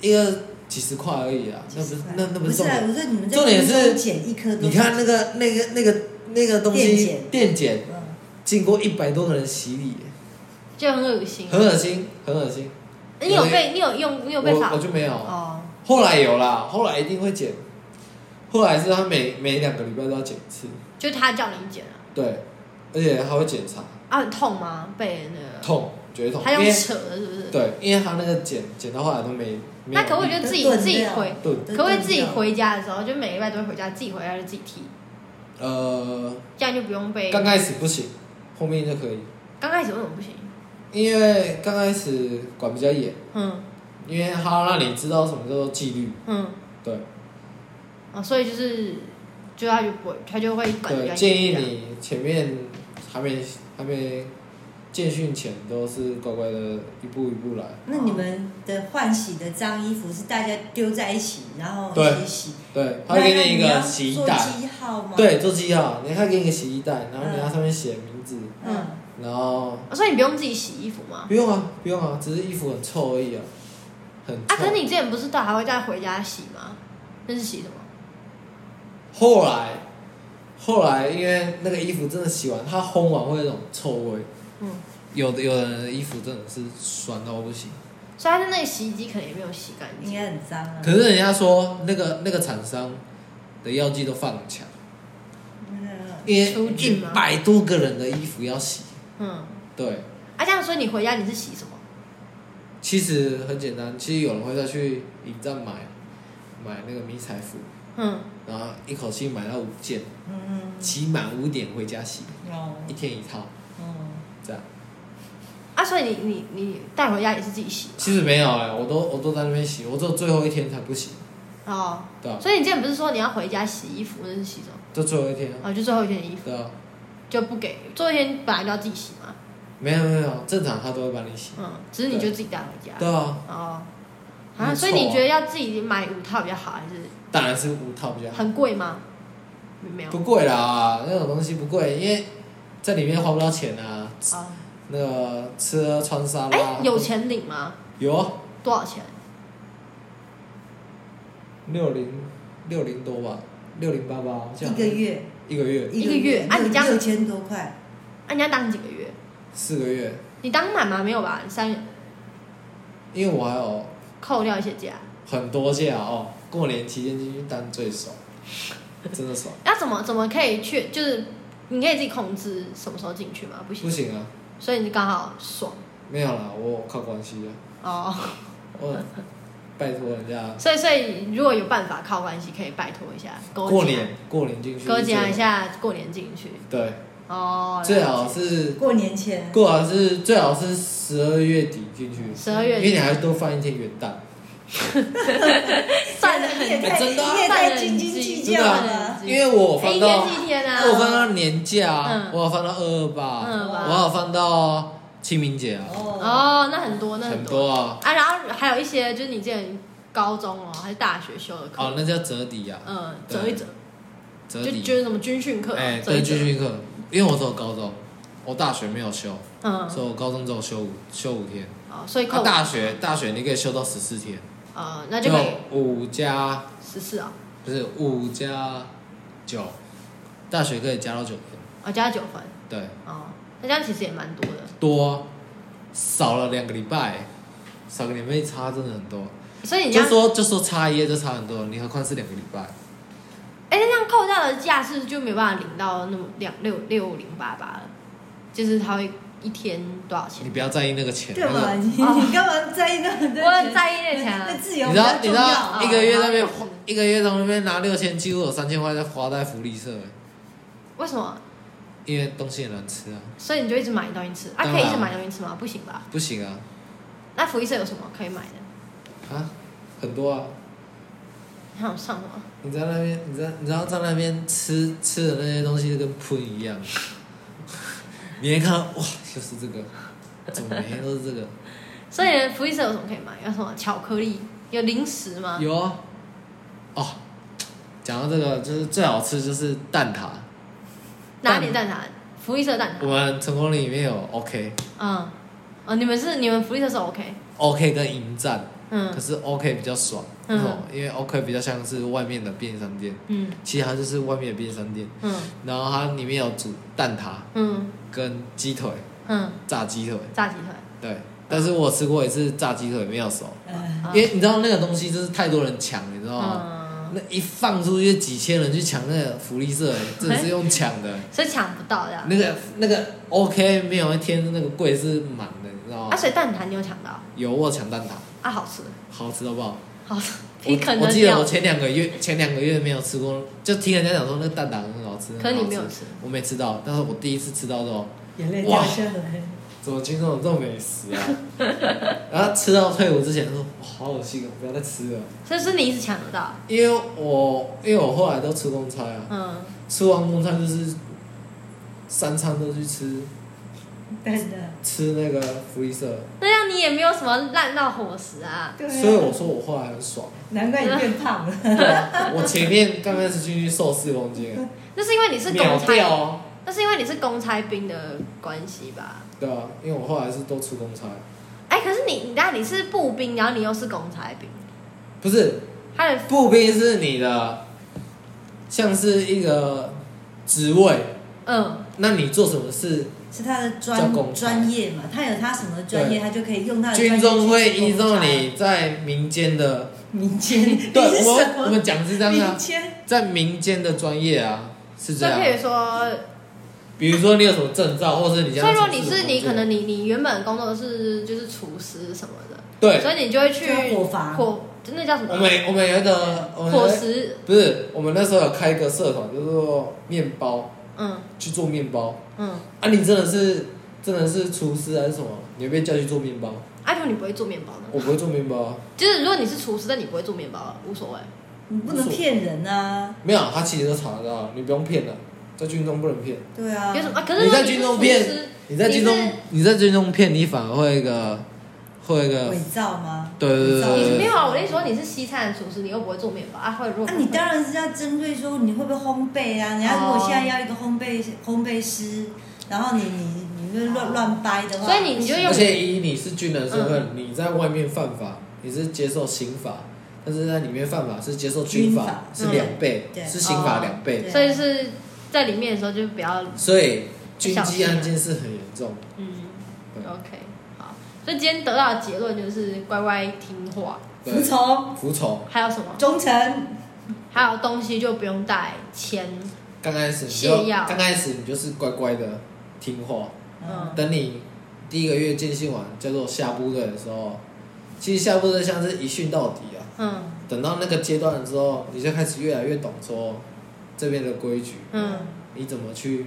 [SPEAKER 3] 一个几十块而已啊，那不是那那
[SPEAKER 4] 不
[SPEAKER 3] 是
[SPEAKER 4] 是
[SPEAKER 3] 重
[SPEAKER 4] 啊，
[SPEAKER 3] 点。
[SPEAKER 4] 我说你们在
[SPEAKER 3] 重点是
[SPEAKER 4] 空中剪一颗多少
[SPEAKER 3] 你看那个那个那个那个东
[SPEAKER 4] 电
[SPEAKER 3] 西
[SPEAKER 4] 剪
[SPEAKER 3] 电剪，
[SPEAKER 4] 嗯
[SPEAKER 3] 经过一百多个人洗礼，
[SPEAKER 1] 就很恶心。
[SPEAKER 3] 很恶心，很恶心。
[SPEAKER 1] 你有被你有用你有被
[SPEAKER 3] 我
[SPEAKER 1] 罚
[SPEAKER 3] 我就没有，
[SPEAKER 1] 哦
[SPEAKER 3] 后来有啦，后来一定会剪，后来是他每每两个礼拜都要剪一次，
[SPEAKER 1] 就他叫你剪啊，
[SPEAKER 3] 对，而且还会检查
[SPEAKER 1] 啊很痛吗？被那个
[SPEAKER 3] 痛，绝对痛，
[SPEAKER 1] 他
[SPEAKER 3] 因
[SPEAKER 1] 用
[SPEAKER 3] 为
[SPEAKER 1] 扯的是不是？
[SPEAKER 3] 对，因为他那个剪剪到后来都没，没有
[SPEAKER 1] 那可不可以就自己
[SPEAKER 4] 都钝
[SPEAKER 1] 自己
[SPEAKER 4] 掉
[SPEAKER 1] 回，
[SPEAKER 3] 对
[SPEAKER 4] 都
[SPEAKER 1] 可不可以
[SPEAKER 4] 钝
[SPEAKER 1] 自己
[SPEAKER 4] 掉
[SPEAKER 1] 回家的时候，就每个礼拜都会回家，自己回家就自己剃，
[SPEAKER 3] 呃，
[SPEAKER 1] 这样就不用被。
[SPEAKER 3] 刚开始不行，后面就可以，
[SPEAKER 1] 刚开始为什么不行？
[SPEAKER 3] 因为刚开始管比较严，
[SPEAKER 1] 嗯
[SPEAKER 3] 因为他让你知道什么叫做纪律，
[SPEAKER 1] 嗯，
[SPEAKER 3] 对
[SPEAKER 1] 哦，所以就是，就他就不会，他就会管
[SPEAKER 3] 对，
[SPEAKER 1] 较
[SPEAKER 3] 建议
[SPEAKER 1] 严这样
[SPEAKER 3] 你前面还没还没见训前都是乖乖的一步一步来，
[SPEAKER 4] 那你们的换洗的脏衣服是大家丢在一起，然后一
[SPEAKER 3] 对
[SPEAKER 4] 起洗？
[SPEAKER 3] 对，他
[SPEAKER 4] 那
[SPEAKER 3] 会给
[SPEAKER 4] 那
[SPEAKER 3] 你一
[SPEAKER 4] 要
[SPEAKER 3] 个洗衣
[SPEAKER 4] 做
[SPEAKER 3] 袋。
[SPEAKER 4] 记号吗？，
[SPEAKER 3] 对，做记号，你还给你个洗衣袋，然后你要上面写名字，
[SPEAKER 4] 嗯，
[SPEAKER 3] 然后
[SPEAKER 1] 哦所以你不用自己洗衣服吗？
[SPEAKER 3] 不用啊，不用啊，只是衣服很臭而已啊，很臭。
[SPEAKER 1] 啊，可是你之前不是都还会再回家洗吗？那是洗什么？
[SPEAKER 3] 后来，后来因为那个衣服真的洗完，它烘完会有一种臭味，
[SPEAKER 1] 嗯，
[SPEAKER 3] 有的有的人的衣服真的是酸到不行。
[SPEAKER 1] 所以他在那个洗衣机可能也没有洗干
[SPEAKER 4] 应
[SPEAKER 1] 净。
[SPEAKER 4] 该很脏啊。
[SPEAKER 3] 可是人家说那个那个厂商的药剂都放强，
[SPEAKER 4] 嗯
[SPEAKER 3] 因为
[SPEAKER 1] 除
[SPEAKER 3] 一
[SPEAKER 1] 菌吗
[SPEAKER 3] 百多个人的衣服要洗，
[SPEAKER 1] 嗯，
[SPEAKER 3] 对。
[SPEAKER 1] 啊，这样说你回家你是洗什么？
[SPEAKER 3] 其实很简单，其实有人会再去影站买买那个迷彩服，
[SPEAKER 1] 嗯，
[SPEAKER 3] 然后一口气买到五件，
[SPEAKER 4] 嗯
[SPEAKER 3] 起满五点回家洗，
[SPEAKER 4] 嗯哦
[SPEAKER 3] 一天一套
[SPEAKER 4] 嗯，
[SPEAKER 3] 这样。
[SPEAKER 1] 啊，所以你你你带回家也是自己洗吗？
[SPEAKER 3] 其实没有哎、我都我都在那边洗，我只有最后一天才不洗，
[SPEAKER 1] 哦，
[SPEAKER 3] 对啊，
[SPEAKER 1] 所以你之前不是说你要回家洗衣服，那是洗什么？
[SPEAKER 3] 就最后一天啊，
[SPEAKER 1] 哦，就最后一天的衣服
[SPEAKER 3] 对啊，
[SPEAKER 1] 就不给，最后一天本来就要自己洗嘛，
[SPEAKER 3] 没有没有，正常他都会帮你洗，
[SPEAKER 1] 嗯，只是你就自己带回家。
[SPEAKER 3] 对啊，
[SPEAKER 1] 哦，
[SPEAKER 3] 很
[SPEAKER 1] 啊，
[SPEAKER 3] 丑
[SPEAKER 1] 所以你觉得要自己买五套比较好，还是
[SPEAKER 3] 当然是五套比较好，
[SPEAKER 1] 很贵吗？没有。哦
[SPEAKER 3] 不贵啦，那种东西不贵，因为在里面花不到钱啊，
[SPEAKER 1] 哦，
[SPEAKER 3] 那个吃喝穿沙
[SPEAKER 1] 哎、
[SPEAKER 3] 拉，
[SPEAKER 1] 有钱领吗？
[SPEAKER 3] 有啊，
[SPEAKER 1] 多少钱？
[SPEAKER 3] 六零六零多吧，六零八八，好像
[SPEAKER 4] 一个月
[SPEAKER 3] 一个月
[SPEAKER 1] 一个月啊
[SPEAKER 4] 六
[SPEAKER 1] 你这样
[SPEAKER 4] 六千多块，
[SPEAKER 1] 啊，你要当几个月？
[SPEAKER 3] 四个月，
[SPEAKER 1] 你当满吗？没有吧？你三
[SPEAKER 3] 因为我还有
[SPEAKER 1] 扣掉一些假，
[SPEAKER 3] 很多假哦，过年期间进去当最爽，真的爽，
[SPEAKER 1] 啊要怎么怎么可以去？就是你可以自己控制什么时候进去吗？不行，
[SPEAKER 3] 不行啊，
[SPEAKER 1] 所以你就刚好爽
[SPEAKER 3] 没有啦，我靠关系啊，
[SPEAKER 1] 哦。
[SPEAKER 3] 我拜托人家
[SPEAKER 1] 所以所以如果有办法靠关系，可以拜托一下勾结
[SPEAKER 3] 过年过年进去，
[SPEAKER 1] 勾结一，下过年进去
[SPEAKER 3] 对，
[SPEAKER 1] 哦。
[SPEAKER 3] 最好是
[SPEAKER 4] 过年前
[SPEAKER 3] 过好是最好是十二月底进去，
[SPEAKER 1] 十二
[SPEAKER 3] 因为
[SPEAKER 1] 月
[SPEAKER 3] 你还多放一天元旦，
[SPEAKER 1] 算的
[SPEAKER 4] 你也
[SPEAKER 1] 很
[SPEAKER 4] 太
[SPEAKER 3] 真的啊
[SPEAKER 4] 你也
[SPEAKER 1] 算
[SPEAKER 4] 太
[SPEAKER 1] 得很
[SPEAKER 4] 斤斤
[SPEAKER 1] 精
[SPEAKER 4] 计
[SPEAKER 3] 真
[SPEAKER 4] 较
[SPEAKER 3] 的
[SPEAKER 1] 算
[SPEAKER 4] 了
[SPEAKER 1] 得
[SPEAKER 3] 啊，。因为我
[SPEAKER 1] 哎
[SPEAKER 3] 放
[SPEAKER 1] 一
[SPEAKER 3] 到
[SPEAKER 1] 天是一天啊，
[SPEAKER 3] 我有放到年假
[SPEAKER 1] 嗯，
[SPEAKER 3] 我有放到二二八，
[SPEAKER 1] 228
[SPEAKER 3] 我还有放到清明节啊，
[SPEAKER 4] 哦，
[SPEAKER 1] 哦，那很多，那
[SPEAKER 3] 很
[SPEAKER 1] 很
[SPEAKER 3] 多啊。
[SPEAKER 1] 啊。然后还有一些就是你之前高中哦还是大学修的课，
[SPEAKER 3] 哦，那叫折抵啊，
[SPEAKER 1] 嗯，折一折，
[SPEAKER 3] 折
[SPEAKER 1] 就
[SPEAKER 3] 抵。
[SPEAKER 1] 就是什么军训课，
[SPEAKER 3] 哎，
[SPEAKER 1] 折一
[SPEAKER 3] 对，
[SPEAKER 1] 折
[SPEAKER 3] 军，训课，因为我只有高中，我大学没有休，
[SPEAKER 1] 嗯，
[SPEAKER 3] 所以我高中只有休五休五天。
[SPEAKER 1] 哦，所以
[SPEAKER 3] 那
[SPEAKER 1] 扣
[SPEAKER 3] 啊大学大学你可以休到十四天，
[SPEAKER 1] 呃，那就可
[SPEAKER 3] 哦
[SPEAKER 1] 以
[SPEAKER 3] 五加
[SPEAKER 1] 十四啊，
[SPEAKER 3] 不是五加九，大学可以加到九天，
[SPEAKER 1] 哦，加九分，
[SPEAKER 3] 对，
[SPEAKER 1] 哦，那这样其实也蛮多的，
[SPEAKER 3] 多少了两个礼拜，少个礼拜差真的很多。
[SPEAKER 1] 所以你这
[SPEAKER 3] 就
[SPEAKER 1] 样，
[SPEAKER 3] 说就说差一页就差很多，你何况是两个礼拜？
[SPEAKER 1] 哎，那这样扣掉的假是就没办法领到那么两六六零八八了，就是他会一天多少钱
[SPEAKER 3] 你？不要在意那个钱，
[SPEAKER 4] 干
[SPEAKER 3] 那
[SPEAKER 4] 嘛
[SPEAKER 3] 个
[SPEAKER 4] 你你干嘛在意那么多
[SPEAKER 1] 我
[SPEAKER 4] 钱？
[SPEAKER 1] 很在意那钱啊
[SPEAKER 4] 那自钱
[SPEAKER 3] 你
[SPEAKER 4] 比
[SPEAKER 3] 知道
[SPEAKER 4] 较
[SPEAKER 3] 你
[SPEAKER 4] 重
[SPEAKER 3] 知道
[SPEAKER 4] 要。啊
[SPEAKER 3] 一个月在那边
[SPEAKER 1] 好
[SPEAKER 3] 花一个月在那边拿六千，几乎有三千块在花在福利社、
[SPEAKER 1] 为什么？
[SPEAKER 3] 因为东西很难吃啊，
[SPEAKER 1] 所以你就一直买东西吃啊？
[SPEAKER 3] 当然
[SPEAKER 1] 可以一直买东西吃吗？不行吧？
[SPEAKER 3] 不行啊
[SPEAKER 1] 那福利社有什么可以买的？
[SPEAKER 3] 啊，很多啊。
[SPEAKER 1] 还有上什么？
[SPEAKER 3] 你在那边，你在你知道在那边吃吃的那些东西就跟喷一样， [laughs] 你一看哇，就是这个，怎么每天都是这个？
[SPEAKER 1] 所以福利社有什么可以买？有什么巧克力？有零食吗？
[SPEAKER 3] 有啊，哦，讲到这个，就是最好吃就是蛋挞，
[SPEAKER 1] 哪里蛋挞？福利社蛋
[SPEAKER 3] 我
[SPEAKER 1] 挞。
[SPEAKER 3] 们成功里面有 OK
[SPEAKER 1] 嗯，哦，你们是你们福利社是 OK。
[SPEAKER 3] OK 跟迎战，
[SPEAKER 1] 嗯
[SPEAKER 3] 可是 OK 比较爽，
[SPEAKER 1] 嗯
[SPEAKER 3] 为什么？因为 OK 比较像是外面的便利商店，
[SPEAKER 1] 嗯
[SPEAKER 3] 其实它就是外面的便利商店，
[SPEAKER 1] 嗯
[SPEAKER 3] 然后它里面有煮蛋挞
[SPEAKER 1] 嗯
[SPEAKER 3] 跟鸡腿，
[SPEAKER 1] 嗯，
[SPEAKER 3] 炸鸡腿。
[SPEAKER 1] 炸鸡腿。
[SPEAKER 3] 对，但是我吃过一次炸鸡腿没有熟，
[SPEAKER 4] 呃，
[SPEAKER 1] 啊
[SPEAKER 3] 因为你知道那个东西就是太多人抢，你知道吗？
[SPEAKER 1] 嗯，
[SPEAKER 3] 那一放出去几千人去抢那个福利
[SPEAKER 1] [laughs]
[SPEAKER 3] 社，真的是用抢的。
[SPEAKER 1] 所以抢不到这样。
[SPEAKER 3] 那个那个 OK 没有一天那个柜是满的，你知道
[SPEAKER 1] 啊，
[SPEAKER 3] 吗？
[SPEAKER 1] 所以蛋挞你有抢到？
[SPEAKER 3] 有我抢蛋挞，
[SPEAKER 1] 啊，好吃，
[SPEAKER 3] 好吃到爆！
[SPEAKER 1] 好吃，[laughs]
[SPEAKER 3] 我
[SPEAKER 1] 比肯
[SPEAKER 3] 我
[SPEAKER 1] 德
[SPEAKER 3] 记
[SPEAKER 1] 基
[SPEAKER 3] 得
[SPEAKER 1] 好
[SPEAKER 3] 我
[SPEAKER 1] 吃。
[SPEAKER 3] 前两个月前两个月没有吃过，就听人家讲说那个蛋挞很好吃，
[SPEAKER 1] 可是你
[SPEAKER 3] 很好
[SPEAKER 1] 没有吃，
[SPEAKER 3] 我没吃到，但是我第一次吃到这种，
[SPEAKER 4] 眼泪
[SPEAKER 3] 哇
[SPEAKER 4] 掉下来。
[SPEAKER 3] 怎么去那种这种美食
[SPEAKER 1] [laughs]
[SPEAKER 3] 啊？然后吃到退伍之前说，哇，好恶心啊，不要再吃了。
[SPEAKER 1] 所以是你一直抢得到。
[SPEAKER 3] 因为我因为我后来都吃公餐啊，
[SPEAKER 1] 嗯，
[SPEAKER 3] 吃完公餐就是三餐都去吃
[SPEAKER 4] 但的，
[SPEAKER 3] 吃那个福利社，
[SPEAKER 1] 那样你也没有什么烂到伙食啊。
[SPEAKER 4] 对、啊。
[SPEAKER 3] 所以我说我后来很
[SPEAKER 4] [laughs]
[SPEAKER 3] 爽。啊
[SPEAKER 4] 难怪你变胖了。
[SPEAKER 3] 我前面刚开始进去瘦四公斤，
[SPEAKER 1] 那是因为你是
[SPEAKER 3] 秒
[SPEAKER 1] 公
[SPEAKER 3] 掉
[SPEAKER 1] 差，
[SPEAKER 3] 哦。
[SPEAKER 1] 那是因为你是公差兵的关系吧？
[SPEAKER 3] 对啊，因为我后来是都吃公差，
[SPEAKER 1] 哎、可是你，你那你是步兵，然后你又是公差兵，
[SPEAKER 3] 不是
[SPEAKER 1] 他的
[SPEAKER 3] 步兵是你的，啊像是一个职位，
[SPEAKER 1] 嗯
[SPEAKER 3] 那你做什么事，
[SPEAKER 4] 是他的
[SPEAKER 3] 叫公差
[SPEAKER 4] 专专业嘛，他有他什么专业，他就可以用他的专业
[SPEAKER 3] 军
[SPEAKER 4] 去
[SPEAKER 3] 中会
[SPEAKER 4] 做
[SPEAKER 3] 依照
[SPEAKER 4] 公差
[SPEAKER 3] 你在民间的，
[SPEAKER 4] 民间，你
[SPEAKER 3] [laughs] 对
[SPEAKER 4] 是
[SPEAKER 3] 我
[SPEAKER 4] 什
[SPEAKER 3] 们
[SPEAKER 4] 么
[SPEAKER 3] 我们讲是这样的啊
[SPEAKER 4] 民，间
[SPEAKER 3] 在民间的专业啊是这
[SPEAKER 1] 就
[SPEAKER 3] 样
[SPEAKER 1] 譬。如说，
[SPEAKER 3] 比如说你有什么证照，或者你
[SPEAKER 1] 所
[SPEAKER 3] 家
[SPEAKER 1] 以如果
[SPEAKER 3] 从
[SPEAKER 1] 你
[SPEAKER 3] 事什
[SPEAKER 1] 是
[SPEAKER 3] 么
[SPEAKER 1] 你
[SPEAKER 3] 工作
[SPEAKER 1] 可能你你原本工作是就是厨师什么的，所
[SPEAKER 3] 对，
[SPEAKER 1] 以你就会去
[SPEAKER 4] 就火房
[SPEAKER 1] 火，那叫什么
[SPEAKER 3] 我？们我们有一个我们有
[SPEAKER 1] 伙
[SPEAKER 3] 一个
[SPEAKER 1] 食，
[SPEAKER 3] 不是我们那时候有开一个社团，就是说面包
[SPEAKER 1] 嗯
[SPEAKER 3] 去做面包
[SPEAKER 1] 嗯，
[SPEAKER 3] 啊，你真的是真的是厨师还是什么？你会被叫去做面包？
[SPEAKER 1] 阿、啊、如果你不会做面包呢？
[SPEAKER 3] 我不会做面包啊，
[SPEAKER 1] 就是如果你是厨师，但你不会做面包，无所谓。
[SPEAKER 4] 你不能骗人啊，
[SPEAKER 3] 没有，他其实都查得到，啊你不用骗的，在军中不能骗。
[SPEAKER 4] 对啊
[SPEAKER 1] 有，什么啊？可是
[SPEAKER 3] 你
[SPEAKER 1] 如果
[SPEAKER 3] 在
[SPEAKER 1] 你
[SPEAKER 3] 军
[SPEAKER 1] 是
[SPEAKER 3] 中
[SPEAKER 1] 厨
[SPEAKER 3] 片
[SPEAKER 1] 师，
[SPEAKER 3] 你在军中
[SPEAKER 1] 你是，
[SPEAKER 3] 你在军中骗，你反而会一个会一个
[SPEAKER 4] 伪造吗？
[SPEAKER 3] 对对对
[SPEAKER 4] 伪造
[SPEAKER 3] 对
[SPEAKER 1] 你
[SPEAKER 3] 对
[SPEAKER 1] 没有啊？我跟你说，你是西餐的厨师，你又不会做面包啊？会如果
[SPEAKER 4] 那、你当然是要针对说你会不会烘焙啊？人家如果
[SPEAKER 1] 哦
[SPEAKER 4] 现在要一个烘焙烘焙师，然后你你你就乱乱掰的话，
[SPEAKER 1] 所以你你就用
[SPEAKER 3] 而且以你是军人身份，
[SPEAKER 4] 嗯
[SPEAKER 3] 你在外面犯法，你是接受刑法，但是在里面犯法是接受军
[SPEAKER 4] 军
[SPEAKER 3] 法
[SPEAKER 4] 法，嗯
[SPEAKER 3] 是两倍，
[SPEAKER 4] 对
[SPEAKER 3] 是刑法
[SPEAKER 1] 哦
[SPEAKER 3] 两倍，
[SPEAKER 4] 对
[SPEAKER 1] 所以是在里面的时候就不要
[SPEAKER 3] 所以军
[SPEAKER 1] 小
[SPEAKER 3] 机
[SPEAKER 1] 心啊
[SPEAKER 3] 案件是很严重的。
[SPEAKER 1] 嗯
[SPEAKER 3] 对
[SPEAKER 1] ，OK，好。所以今天得到的结论就是乖乖听话，
[SPEAKER 3] 对
[SPEAKER 4] 服从、
[SPEAKER 3] 服从，
[SPEAKER 1] 还有什么？
[SPEAKER 4] 忠诚，
[SPEAKER 1] 还有东西就不用带，钱，
[SPEAKER 3] 刚开始你
[SPEAKER 1] 泻
[SPEAKER 3] 就
[SPEAKER 1] 药
[SPEAKER 3] 刚开始你就是乖乖的听话，
[SPEAKER 1] 嗯
[SPEAKER 4] 嗯，
[SPEAKER 3] 等你第一个月见习完叫做下部队的时候，其实下部队像是一训到底啊。
[SPEAKER 1] 嗯
[SPEAKER 3] 等到那个阶段之后，你就开始越来越懂说这边的规矩，
[SPEAKER 1] 嗯，
[SPEAKER 3] 你怎么去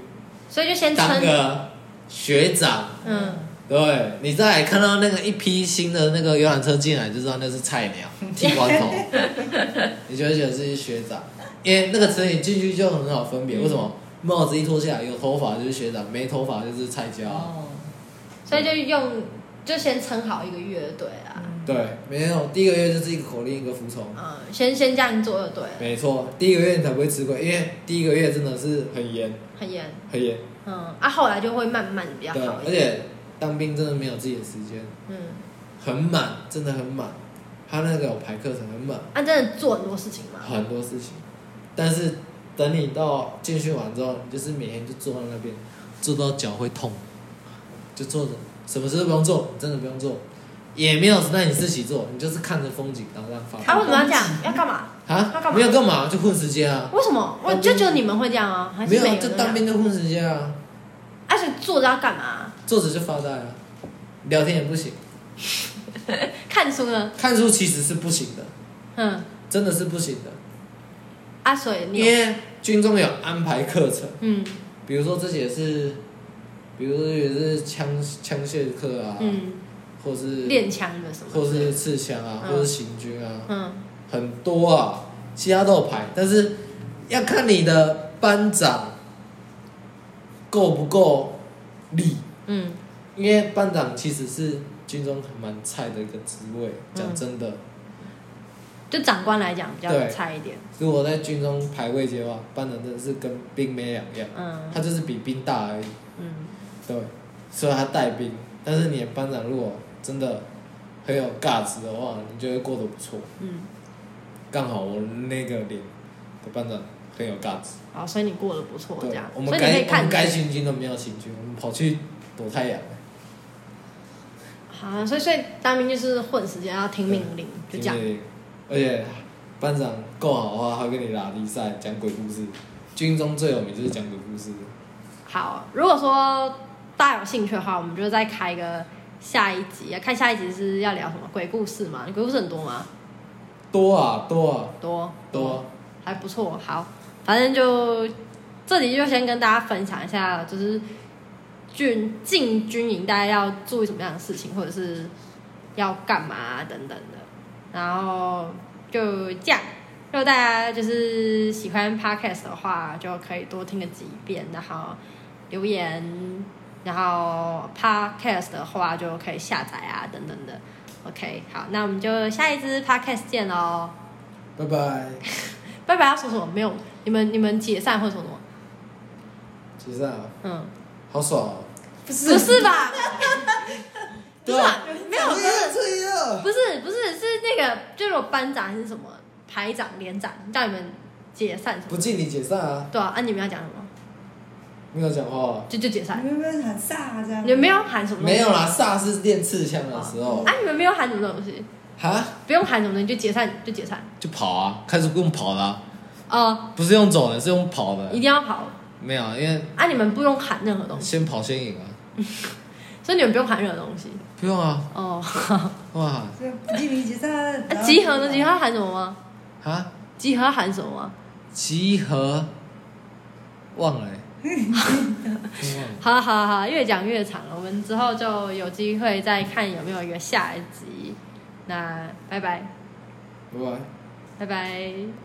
[SPEAKER 1] 所以就先
[SPEAKER 3] 当
[SPEAKER 1] 撑，
[SPEAKER 3] 个学长，
[SPEAKER 1] 嗯，
[SPEAKER 3] 对你再来看到那个一批新的那个游览车进来，就知道那是菜
[SPEAKER 1] [laughs]
[SPEAKER 3] 鸟剃光头，你就会觉得自己是学长，因为那个词你进去就很好
[SPEAKER 1] 嗯
[SPEAKER 3] 分别，为什么？帽子一脱下来，有头发就是学长，没头发就是菜椒。啊
[SPEAKER 4] 哦，
[SPEAKER 1] 所以就用就先撑好一个啊月就对了，
[SPEAKER 3] 对，没有，第一个月就是一个口令，一个服从。
[SPEAKER 1] 嗯，先先这样做就对了，
[SPEAKER 3] 没错，第一个月你才不会吃亏，因为第一个月真的是很严，
[SPEAKER 1] 很严，
[SPEAKER 3] 很严。
[SPEAKER 1] 嗯，啊，后来就会慢慢比较
[SPEAKER 3] 对，啊
[SPEAKER 1] 好
[SPEAKER 3] 而
[SPEAKER 1] 一点，
[SPEAKER 3] 且当兵真的没有自己的时间，
[SPEAKER 1] 嗯，
[SPEAKER 3] 很满，真的很满。他那个有排课程很满，
[SPEAKER 1] 啊，真的做很多事情嘛，
[SPEAKER 3] 很多事情。但是等你到军训完之后，你就是每天就坐在那边，坐到脚会痛，就坐着，什么事都不用做，真的不用做，也没有让你自己做，你就是看着风景，然后让发
[SPEAKER 1] 他、啊、为什
[SPEAKER 3] 呆
[SPEAKER 1] 么要这样？要干嘛？他
[SPEAKER 3] 啊，
[SPEAKER 1] 干嘛
[SPEAKER 3] 没有干嘛就混时间啊，
[SPEAKER 1] 为什么？我就觉得你们会这样啊，还
[SPEAKER 3] 没
[SPEAKER 1] 是每
[SPEAKER 3] 有
[SPEAKER 1] 个
[SPEAKER 3] 就
[SPEAKER 1] 人
[SPEAKER 3] 当兵就混时间啊， [laughs]
[SPEAKER 1] 而且坐着要干嘛？
[SPEAKER 3] 坐着就发呆啊，聊天也不行，
[SPEAKER 1] 看书呢？
[SPEAKER 3] 看书其实是不行的，
[SPEAKER 1] 嗯，
[SPEAKER 3] 真的是不行的，
[SPEAKER 1] 阿水你
[SPEAKER 3] 因
[SPEAKER 1] 有
[SPEAKER 3] 为军中有安排课程，
[SPEAKER 1] 嗯
[SPEAKER 3] 比如说这节是，比如说也是枪枪械课啊，
[SPEAKER 1] 嗯
[SPEAKER 3] 或是
[SPEAKER 1] 练枪的什么？
[SPEAKER 3] 或是刺枪啊，
[SPEAKER 1] 嗯
[SPEAKER 3] 或是行军啊，
[SPEAKER 1] 嗯
[SPEAKER 3] 很多啊，其他都有排，但是要看你的班长够不够力，
[SPEAKER 1] 嗯
[SPEAKER 3] 因为班长其实是军中蛮菜的一个职位，
[SPEAKER 1] 嗯
[SPEAKER 3] 讲真的，
[SPEAKER 1] 就长官来讲比较
[SPEAKER 3] 对
[SPEAKER 1] 差一点，
[SPEAKER 3] 如果在军中排位阶的话，班长真的是跟兵没两样，
[SPEAKER 1] 嗯
[SPEAKER 3] 他就是比兵大而已，
[SPEAKER 1] 嗯
[SPEAKER 3] 对，所以他带兵，但是你的班长如果真的很有价值的话，你就会过得不错。
[SPEAKER 1] 嗯，
[SPEAKER 3] 刚好我那个连的班长很有价值，
[SPEAKER 1] 哦，所以你过得不错，
[SPEAKER 3] 对
[SPEAKER 1] 这样，，
[SPEAKER 3] 我
[SPEAKER 1] 所以
[SPEAKER 3] 们
[SPEAKER 1] 你可以
[SPEAKER 3] 该我们
[SPEAKER 1] 看
[SPEAKER 3] 该行军都没有行军，我们跑去躲太阳，
[SPEAKER 1] 啊，所以所以当兵就是混时间，要听命令，就这样
[SPEAKER 3] 因，为而且班长够好的话，他会跟你拉力赛，讲鬼故事。军中最有名就是讲鬼故事，
[SPEAKER 1] 好，如果说大家有兴趣的话，我们就再开一个下一集，看下一集是要聊什么鬼故事嘛？鬼故事很多吗？
[SPEAKER 3] 多啊多啊
[SPEAKER 1] 多
[SPEAKER 3] 多啊，
[SPEAKER 1] 还不错。好，反正就这里就先跟大家分享一下，就是军进军营大家要注意什么样的事情，或者是要干嘛啊等等的。然后就这样。如果大家就是喜欢 podcast 的话，就可以多听个几遍，然后留言，然后 podcast 的话就可以下载啊，等等的。OK，好，那我们就下一支 podcast 见喽。
[SPEAKER 3] 拜拜，
[SPEAKER 1] 拜拜要说什么？没有，你们你们解散会说什么？
[SPEAKER 3] 解散啊，
[SPEAKER 1] 嗯，
[SPEAKER 3] 好爽哦！
[SPEAKER 4] 不
[SPEAKER 1] 不是
[SPEAKER 3] [laughs]
[SPEAKER 1] 吧？不是
[SPEAKER 3] 对啊
[SPEAKER 1] 吧？没有，不是，
[SPEAKER 3] 这样，
[SPEAKER 1] 不是，不是，是那个，就是我班长还是什么排长、连长叫你们解散什
[SPEAKER 3] 不
[SPEAKER 1] 么？
[SPEAKER 3] 敬你解散啊，
[SPEAKER 1] 对啊，啊，你们要讲什么？
[SPEAKER 3] 没有讲话啊，
[SPEAKER 1] 就就解散。
[SPEAKER 4] 你们有没有喊炸这样？
[SPEAKER 1] 你们没有喊什么？
[SPEAKER 3] 没有。啦，萨是练刺枪的时候，
[SPEAKER 1] 啊，你们没有喊什么东西，
[SPEAKER 3] 哈，
[SPEAKER 1] 不用喊什么东西，就解散，就解散。
[SPEAKER 3] 就跑啊，开始用跑的啊，
[SPEAKER 1] 哦，
[SPEAKER 3] 不是用走的，是用跑的
[SPEAKER 1] 一，定要跑。
[SPEAKER 3] 没有，因为
[SPEAKER 1] 啊，你们不用喊任何东西，
[SPEAKER 3] 先跑先赢啊，
[SPEAKER 1] 所以你们不用喊任何东西。
[SPEAKER 3] 不用啊，
[SPEAKER 1] 哦， [laughs]
[SPEAKER 3] 哇，
[SPEAKER 4] 这不记名集散
[SPEAKER 1] 啊，集合呢？集合要喊什么吗？
[SPEAKER 3] 啊，
[SPEAKER 1] 集合要喊什么吗？
[SPEAKER 3] 集合，
[SPEAKER 1] [laughs]
[SPEAKER 3] 忘了、欸，真忘了，
[SPEAKER 1] 好好好，越讲越长了，我们之后就有机会再看有没有一个下一集。那拜拜，
[SPEAKER 3] 拜拜。
[SPEAKER 1] 拜拜。